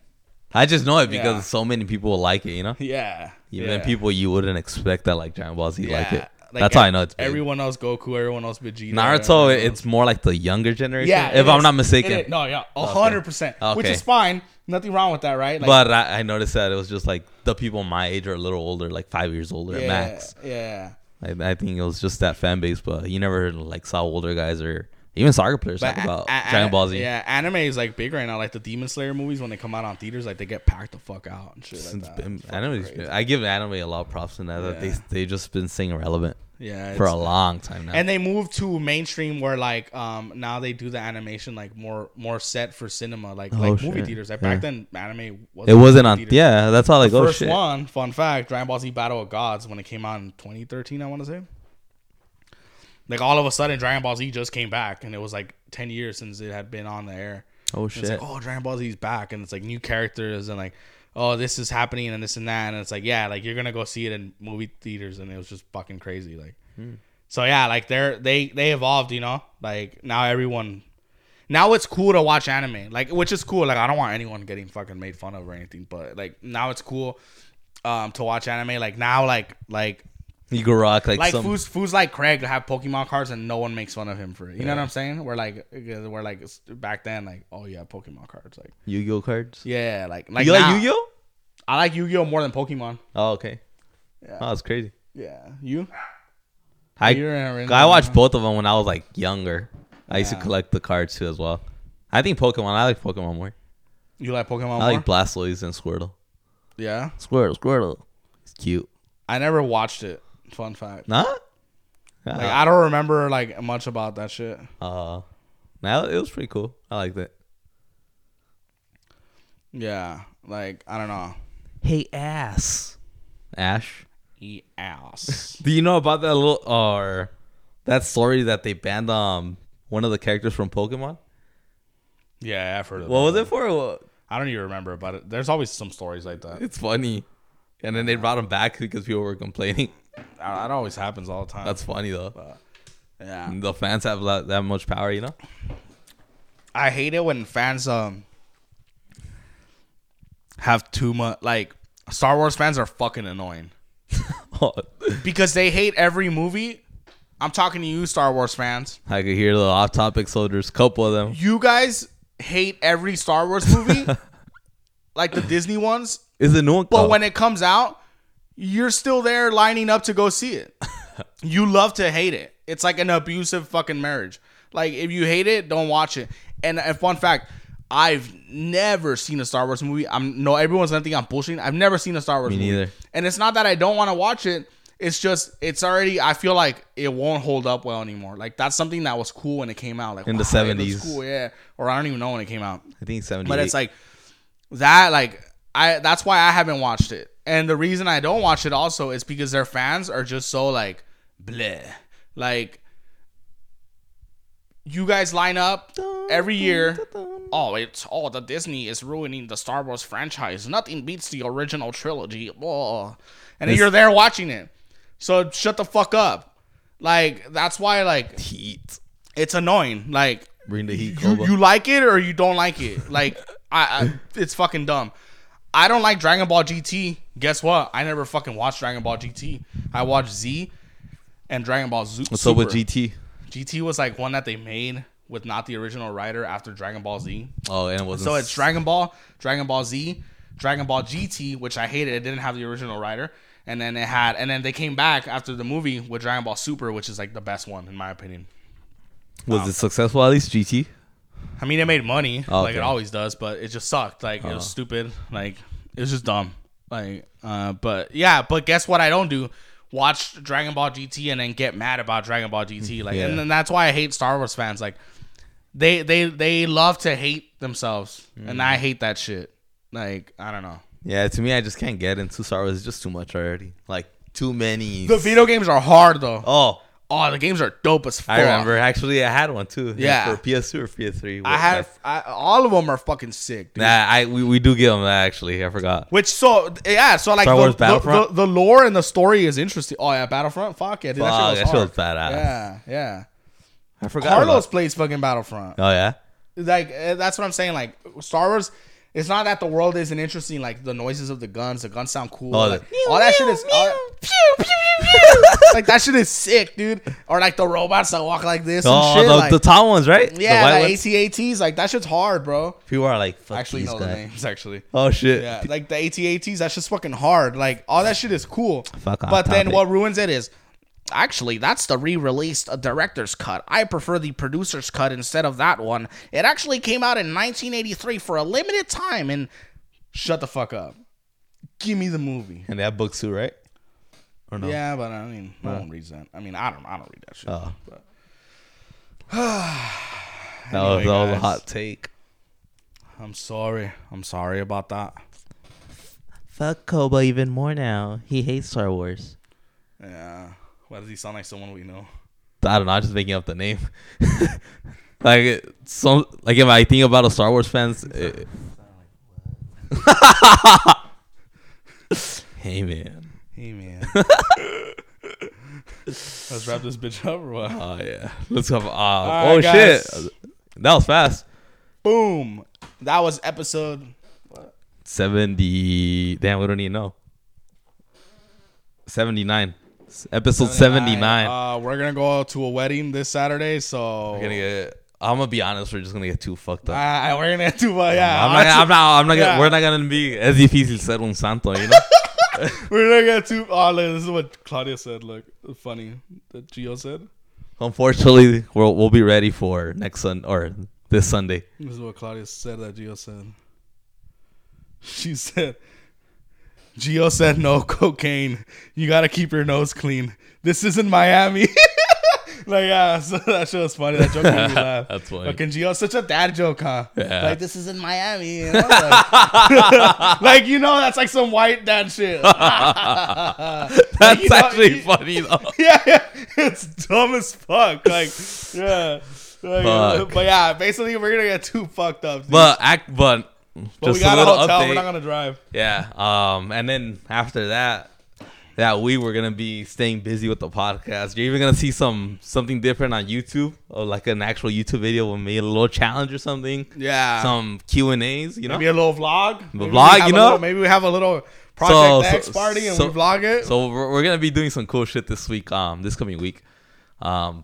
[SPEAKER 3] I just know it because
[SPEAKER 1] Yeah.
[SPEAKER 3] so many people like it. You know,
[SPEAKER 1] yeah.
[SPEAKER 3] even
[SPEAKER 1] yeah.
[SPEAKER 3] people you wouldn't expect that like Dragon Ball Z
[SPEAKER 1] Yeah.
[SPEAKER 3] like it.
[SPEAKER 1] Like,
[SPEAKER 3] That's
[SPEAKER 1] ev-
[SPEAKER 3] how I know it's big.
[SPEAKER 1] everyone else Goku, everyone else Vegeta.
[SPEAKER 3] Naruto.
[SPEAKER 1] everyone else-
[SPEAKER 3] It's more like the younger generation,
[SPEAKER 1] yeah.
[SPEAKER 3] if
[SPEAKER 1] it
[SPEAKER 3] I'm
[SPEAKER 1] is. It
[SPEAKER 3] not
[SPEAKER 1] is.
[SPEAKER 3] mistaken.
[SPEAKER 1] No, yeah, a hundred percent. Which
[SPEAKER 3] Okay.
[SPEAKER 1] is fine. Nothing wrong with that, right? Like,
[SPEAKER 3] But I, I noticed that it was just like the people my age or a little older, like five years older
[SPEAKER 1] yeah,
[SPEAKER 3] at max.
[SPEAKER 1] Yeah.
[SPEAKER 3] I, I think it was just that fan base, but you never like saw older guys or even soccer players
[SPEAKER 1] But
[SPEAKER 3] talk about
[SPEAKER 1] a- a-
[SPEAKER 3] Dragon Ball Z.
[SPEAKER 1] Yeah, anime is like big right now. Like the Demon Slayer movies, when they come out on theaters, like they get packed the fuck out and shit like
[SPEAKER 3] Since
[SPEAKER 1] that.
[SPEAKER 3] been- anime's been- I give anime a lot of props in that. that They
[SPEAKER 1] Yeah.
[SPEAKER 3] they just been staying relevant
[SPEAKER 1] Yeah,
[SPEAKER 3] for
[SPEAKER 1] it's-
[SPEAKER 3] a long time now.
[SPEAKER 1] and they moved to mainstream where like um now they do the animation like more more set for cinema like
[SPEAKER 3] Oh,
[SPEAKER 1] like movie
[SPEAKER 3] shit.
[SPEAKER 1] theaters like
[SPEAKER 3] Yeah.
[SPEAKER 1] back then anime
[SPEAKER 3] it
[SPEAKER 1] wasn't
[SPEAKER 3] wasn't
[SPEAKER 1] in
[SPEAKER 3] on.
[SPEAKER 1] theaters.
[SPEAKER 3] Yeah, that's all like oh
[SPEAKER 1] first
[SPEAKER 3] shit.
[SPEAKER 1] one fun fact Dragon Ball Z Battle of Gods when it came out in 2013 I want to say like all of a sudden Dragon Ball Z just came back and it was like ten years since it had been on the air.
[SPEAKER 2] Oh
[SPEAKER 1] And it's
[SPEAKER 2] shit.
[SPEAKER 1] like, oh, Dragon Ball Z's back, and it's like new characters, and like, oh, this is happening, and this and that, and it's like, yeah, like you're gonna go see it in movie theaters, and it was just fucking crazy, like.
[SPEAKER 2] Hmm.
[SPEAKER 1] So yeah, like they're they they evolved, you know. Like now everyone, now it's cool to watch anime, like which is cool. Like I don't want anyone getting fucking made fun of or anything, but like now it's cool, um, to watch anime. Like now, like like
[SPEAKER 3] You go rock like,
[SPEAKER 1] like
[SPEAKER 3] some.
[SPEAKER 1] fools, fools like Craig have Pokemon cards and no one makes fun of him for it. You know what I'm saying? We're like we're like back then like oh yeah Pokemon cards like
[SPEAKER 2] Yu-Gi-Oh cards.
[SPEAKER 1] yeah like like
[SPEAKER 3] you
[SPEAKER 1] now-
[SPEAKER 3] like Yu Gi
[SPEAKER 1] I like Yu Gi Oh more than Pokemon.
[SPEAKER 3] Oh, okay.
[SPEAKER 1] Yeah.
[SPEAKER 3] Oh, that's crazy.
[SPEAKER 1] Yeah, you.
[SPEAKER 3] I
[SPEAKER 1] You're in-
[SPEAKER 3] I watched both of them when I was like younger. I used to
[SPEAKER 1] Yeah.
[SPEAKER 3] collect the cards too as well. I think Pokemon. I like Pokemon more.
[SPEAKER 1] You like Pokemon
[SPEAKER 3] I
[SPEAKER 1] more?
[SPEAKER 3] like Blastoise and Squirtle.
[SPEAKER 1] yeah,
[SPEAKER 3] Squirtle, Squirtle. It's cute.
[SPEAKER 1] I never watched it. Fun fact.
[SPEAKER 3] Nah.
[SPEAKER 1] Like
[SPEAKER 3] Uh,
[SPEAKER 1] I don't remember like much about that shit.
[SPEAKER 3] uh, now it was pretty cool. I liked it.
[SPEAKER 1] Yeah, like I don't know.
[SPEAKER 3] Hey, ass. Ash.
[SPEAKER 1] Eat ass.
[SPEAKER 3] Do you know about that little or that story that they banned um one of the characters from Pokemon?
[SPEAKER 1] [LAUGHS] yeah, I've heard of
[SPEAKER 3] What was
[SPEAKER 1] that.
[SPEAKER 3] it for? What-
[SPEAKER 1] I don't even remember, but it, there's always some stories like that.
[SPEAKER 3] It's funny. And then they brought him back because people were complaining. [LAUGHS]
[SPEAKER 1] Uh, That always happens all the time.
[SPEAKER 3] That's funny though.
[SPEAKER 1] yeah.
[SPEAKER 3] The fans have that, that much power, you know. [LAUGHS]
[SPEAKER 1] I hate it when fans um have too much like Star Wars fans are fucking annoying because they hate every movie. I'm talking to you Star Wars fans.
[SPEAKER 3] I could hear the off-topic soldiers. Couple of them.
[SPEAKER 1] You guys hate every Star Wars movie like the Disney ones,
[SPEAKER 3] Is it new one?
[SPEAKER 1] but
[SPEAKER 3] Oh,
[SPEAKER 1] when it comes out, you're still there lining up to go see
[SPEAKER 3] [LAUGHS]
[SPEAKER 1] it. you love to hate it. It's like an abusive fucking marriage. Like if you hate it, don't watch it. And a fun fact, I've never seen a Star Wars movie. I'm no everyone's gonna think I'm bullshitting. I've never seen a Star Wars
[SPEAKER 3] Me
[SPEAKER 1] movie.
[SPEAKER 3] neither.
[SPEAKER 1] And it's not that I don't want to watch it. It's just it's already I feel like it won't hold up well anymore. Like that's something that was cool when it came out. Like
[SPEAKER 3] In the
[SPEAKER 1] wow, it looks
[SPEAKER 3] 70s.
[SPEAKER 1] Cool, yeah. Or I don't even know when it came out.
[SPEAKER 3] I think seventy.
[SPEAKER 1] But it's like that like I that's why I haven't watched it. And the reason I don't watch it also is because their fans are just so like bleh. Like you guys line up every year. Oh, it's oh the Disney is ruining the Star Wars franchise. Nothing beats the original trilogy. Oh. And then
[SPEAKER 3] This-
[SPEAKER 1] you're there watching it. So shut the fuck up. Like that's why like
[SPEAKER 3] heat.
[SPEAKER 1] it's annoying. Like
[SPEAKER 3] Bring the heat,
[SPEAKER 1] you,
[SPEAKER 3] Koba.
[SPEAKER 1] you like it or you don't like it. Like I, I, it's fucking dumb. I don't like Dragon Ball GT. Guess what? I never fucking watched Dragon Ball GT. I watched Z and Dragon Ball Zo-
[SPEAKER 3] What's up
[SPEAKER 1] Super.
[SPEAKER 3] with GT?
[SPEAKER 1] GT was like one that they made with not the original writer after Dragon Ball Z.
[SPEAKER 3] Oh, and it wasn't.
[SPEAKER 1] So it's Dragon Ball, Dragon Ball Z, Dragon Ball GT, which I hated. It didn't have the original writer, and then it had, and then they came back after the movie with Dragon Ball Super, which is like the best one in my opinion.
[SPEAKER 3] was it successful at least GT?
[SPEAKER 1] I mean, it made money
[SPEAKER 3] Oh,
[SPEAKER 1] like
[SPEAKER 3] okay. Uh-huh.
[SPEAKER 1] it always does, but it just sucked. Like it was stupid. Like it was just dumb. Like, uh, but yeah, but guess what? I don't do watch Dragon Ball GT and then get mad about Dragon Ball
[SPEAKER 3] [LAUGHS]
[SPEAKER 1] GT. Like,
[SPEAKER 3] Yeah.
[SPEAKER 1] and then that's why I hate Star Wars fans. Like, they they they love to hate themselves, and
[SPEAKER 3] Mm.
[SPEAKER 1] I hate that shit. Like, I don't know.
[SPEAKER 3] Yeah, to me, I just can't get into Star Wars. It's just too much already. Like too many.
[SPEAKER 1] The video games are hard though. Oh,
[SPEAKER 3] oh,
[SPEAKER 1] the games are dope as fuck.
[SPEAKER 3] I remember. Actually, I had one too.
[SPEAKER 1] Yeah.
[SPEAKER 3] for PS2 or PS3.
[SPEAKER 1] I had I, all of them are fucking sick. Dude.
[SPEAKER 3] Nah, I we, we do get them. That actually, I forgot.
[SPEAKER 1] Which so yeah, so like
[SPEAKER 3] Star
[SPEAKER 1] the,
[SPEAKER 3] Wars
[SPEAKER 1] the-
[SPEAKER 3] Battlefront?
[SPEAKER 1] The, the lore and the story is interesting. Oh yeah, Battlefront. Fuck yeah, dude,
[SPEAKER 3] Fuck,
[SPEAKER 1] that shit was, hard.
[SPEAKER 3] badass.
[SPEAKER 1] Yeah, yeah.
[SPEAKER 3] I forgot.
[SPEAKER 1] Carlos
[SPEAKER 3] about-
[SPEAKER 1] plays fucking Battlefront.
[SPEAKER 3] oh yeah.
[SPEAKER 1] Like eh, that's what I'm saying. Like Star Wars, it's not that the world isn't interesting. Like the noises of the guns, the guns sound cool.
[SPEAKER 3] Oh,
[SPEAKER 1] like,
[SPEAKER 3] the-
[SPEAKER 1] all that shit is all-
[SPEAKER 3] [LAUGHS]
[SPEAKER 1] [LAUGHS] like that shit is sick, dude. Or like the robots that walk like this and
[SPEAKER 3] Oh,
[SPEAKER 1] shit.
[SPEAKER 3] the,
[SPEAKER 1] like,
[SPEAKER 3] the top ones, right? The
[SPEAKER 1] yeah,
[SPEAKER 3] white
[SPEAKER 1] like
[SPEAKER 3] ones?
[SPEAKER 1] ATATs. Like that shit's hard, bro.
[SPEAKER 3] People are like, fuck
[SPEAKER 1] Actually,
[SPEAKER 3] these
[SPEAKER 1] know the
[SPEAKER 3] guys.
[SPEAKER 1] names. Actually.
[SPEAKER 3] Oh shit.
[SPEAKER 1] Yeah, like the ATATs, that's just fucking hard. Like all that shit is cool.
[SPEAKER 3] Fuck off
[SPEAKER 1] But then
[SPEAKER 3] topic.
[SPEAKER 1] what ruins it is actually that's the re-released uh, director's cut. I prefer the producer's cut instead of that one. It actually came out in 1983 for a limited time and shut the fuck up. Give me the movie.
[SPEAKER 3] And they have books too, right? Or no?
[SPEAKER 1] Yeah, but I mean, no one reads that. I mean, I don't, I don't read that shit.
[SPEAKER 3] Oh.
[SPEAKER 1] But-
[SPEAKER 3] That, was,
[SPEAKER 1] Anyway,
[SPEAKER 3] that was a
[SPEAKER 1] guys.
[SPEAKER 3] hot take.
[SPEAKER 1] I'm sorry. I'm sorry about that.
[SPEAKER 2] Fuck Koba even more now. He hates Star Wars.
[SPEAKER 1] Yeah. Why does he sound like someone we know?
[SPEAKER 3] I don't know. I'm just making up the name. [LAUGHS] Like some like if I think about a Star Wars fans. it- [LAUGHS] hey man.
[SPEAKER 1] Hey [LAUGHS] man. Let's wrap this bitch up or what?
[SPEAKER 3] Oh yeah. Let's have. Uh,
[SPEAKER 1] right,
[SPEAKER 3] oh
[SPEAKER 1] guys.
[SPEAKER 3] shit. That was fast.
[SPEAKER 1] Boom. That was episode.
[SPEAKER 3] Seventy. Damn, we don't even know. Seventy nine. Episode seventy nine.
[SPEAKER 1] Uh, we're gonna go to a wedding this Saturday, so
[SPEAKER 3] We're gonna get. I'm gonna be honest. We're just gonna get too fucked up.
[SPEAKER 1] Ah, we're gonna do well. Yeah,
[SPEAKER 3] I'm, not, I'm not. I'm not.
[SPEAKER 1] Yeah.
[SPEAKER 3] Gonna, we're not gonna be as difícil ser un santo, you know.
[SPEAKER 1] [LAUGHS] We're not gonna do. Oh, look, this is what Claudia said. Look, funny that Gio said.
[SPEAKER 3] Unfortunately, we'll we'll be ready for next Sun or
[SPEAKER 1] [LAUGHS]
[SPEAKER 3] this Sunday.
[SPEAKER 1] This is what Claudia said that Gio said. She said, Gio said no cocaine. You gotta keep your nose clean. This isn't Miami. [LAUGHS] like, yeah, [LAUGHS] so that shit was funny. That joke made me laugh.
[SPEAKER 3] [LAUGHS] That's funny.
[SPEAKER 1] Fucking Gio, such a dad joke, huh?
[SPEAKER 3] Yeah.
[SPEAKER 1] Like, this isn't Miami. And I was like, [LAUGHS] like, you know, that's like some white dad
[SPEAKER 3] [LAUGHS]
[SPEAKER 1] shit. [LAUGHS]
[SPEAKER 3] That's
[SPEAKER 1] you know,
[SPEAKER 3] actually
[SPEAKER 1] you-
[SPEAKER 3] funny though.
[SPEAKER 1] yeah, yeah, it's dumb as fuck. Like, yeah. Like, uh,
[SPEAKER 3] Fuck.
[SPEAKER 1] But yeah, basically, we're gonna get too fucked up. dude.
[SPEAKER 3] But act, but just
[SPEAKER 1] But we got a
[SPEAKER 3] a little
[SPEAKER 1] hotel. We're
[SPEAKER 3] update.
[SPEAKER 1] not gonna drive.
[SPEAKER 3] yeah. Um, and then after that, that we were gonna be staying busy with the podcast. You're even gonna see some something different on YouTube, or like an actual YouTube video with me, a little challenge or something.
[SPEAKER 1] Yeah.
[SPEAKER 3] Some Q and A's, you know.
[SPEAKER 1] Maybe a little vlog. Maybe we
[SPEAKER 3] vlog,
[SPEAKER 1] have
[SPEAKER 3] you
[SPEAKER 1] a
[SPEAKER 3] know?
[SPEAKER 1] little- maybe we have a little
[SPEAKER 3] So-
[SPEAKER 1] project
[SPEAKER 3] so-
[SPEAKER 1] X party and
[SPEAKER 3] so-
[SPEAKER 1] we vlog it.
[SPEAKER 3] So we're, we're gonna be doing some cool shit this week. Um, this coming week. Um,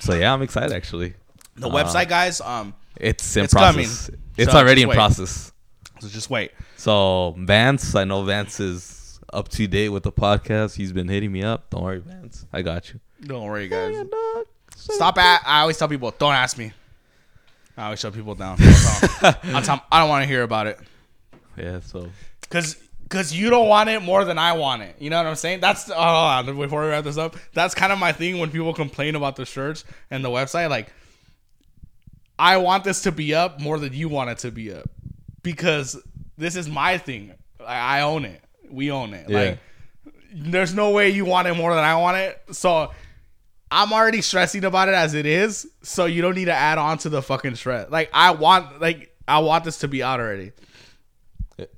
[SPEAKER 3] so yeah, I'm excited actually.
[SPEAKER 1] the
[SPEAKER 3] uh,
[SPEAKER 1] website, guys. Um,
[SPEAKER 3] It's in
[SPEAKER 1] It's
[SPEAKER 3] process.
[SPEAKER 1] coming.
[SPEAKER 3] It's
[SPEAKER 1] So
[SPEAKER 3] already
[SPEAKER 1] just
[SPEAKER 3] in
[SPEAKER 1] wait.
[SPEAKER 3] process.
[SPEAKER 1] so just wait.
[SPEAKER 3] So Vance, I know Vance is up to date with the podcast. He's been hitting me up. Don't worry, Vance. I got you.
[SPEAKER 1] Don't worry, guys. Stop at. I always tell people, don't ask me. I always shut people down.
[SPEAKER 3] [LAUGHS]
[SPEAKER 1] That's all. I tell 'em, I don't want to hear about it.
[SPEAKER 3] Yeah. So
[SPEAKER 1] Cause, cause you don't want it more than I want it. You know what I'm saying? That's oh, hold on, before we wrap this up, that's kind of my thing when people complain about the shirts and the website. Like, I want this to be up more than you want it to be up because this is my thing. I, I own it. We own it. Like, there's no way you want it more than I want it. So. I'm already stressing about it as it is, so you don't need to add on to the fucking stress. Like I want, like I want this to be out already.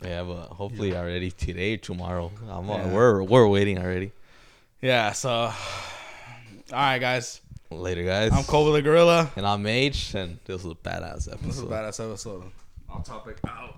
[SPEAKER 3] yeah, but hopefully already today, tomorrow. I'm, uh, We're we're waiting already.
[SPEAKER 1] Yeah, so [SIGHS] all right guys.
[SPEAKER 3] Later, guys.
[SPEAKER 1] I'm Cole with the Gorilla.
[SPEAKER 3] and I'm H, and this was a badass episode.
[SPEAKER 1] This is a badass episode. Off topic out.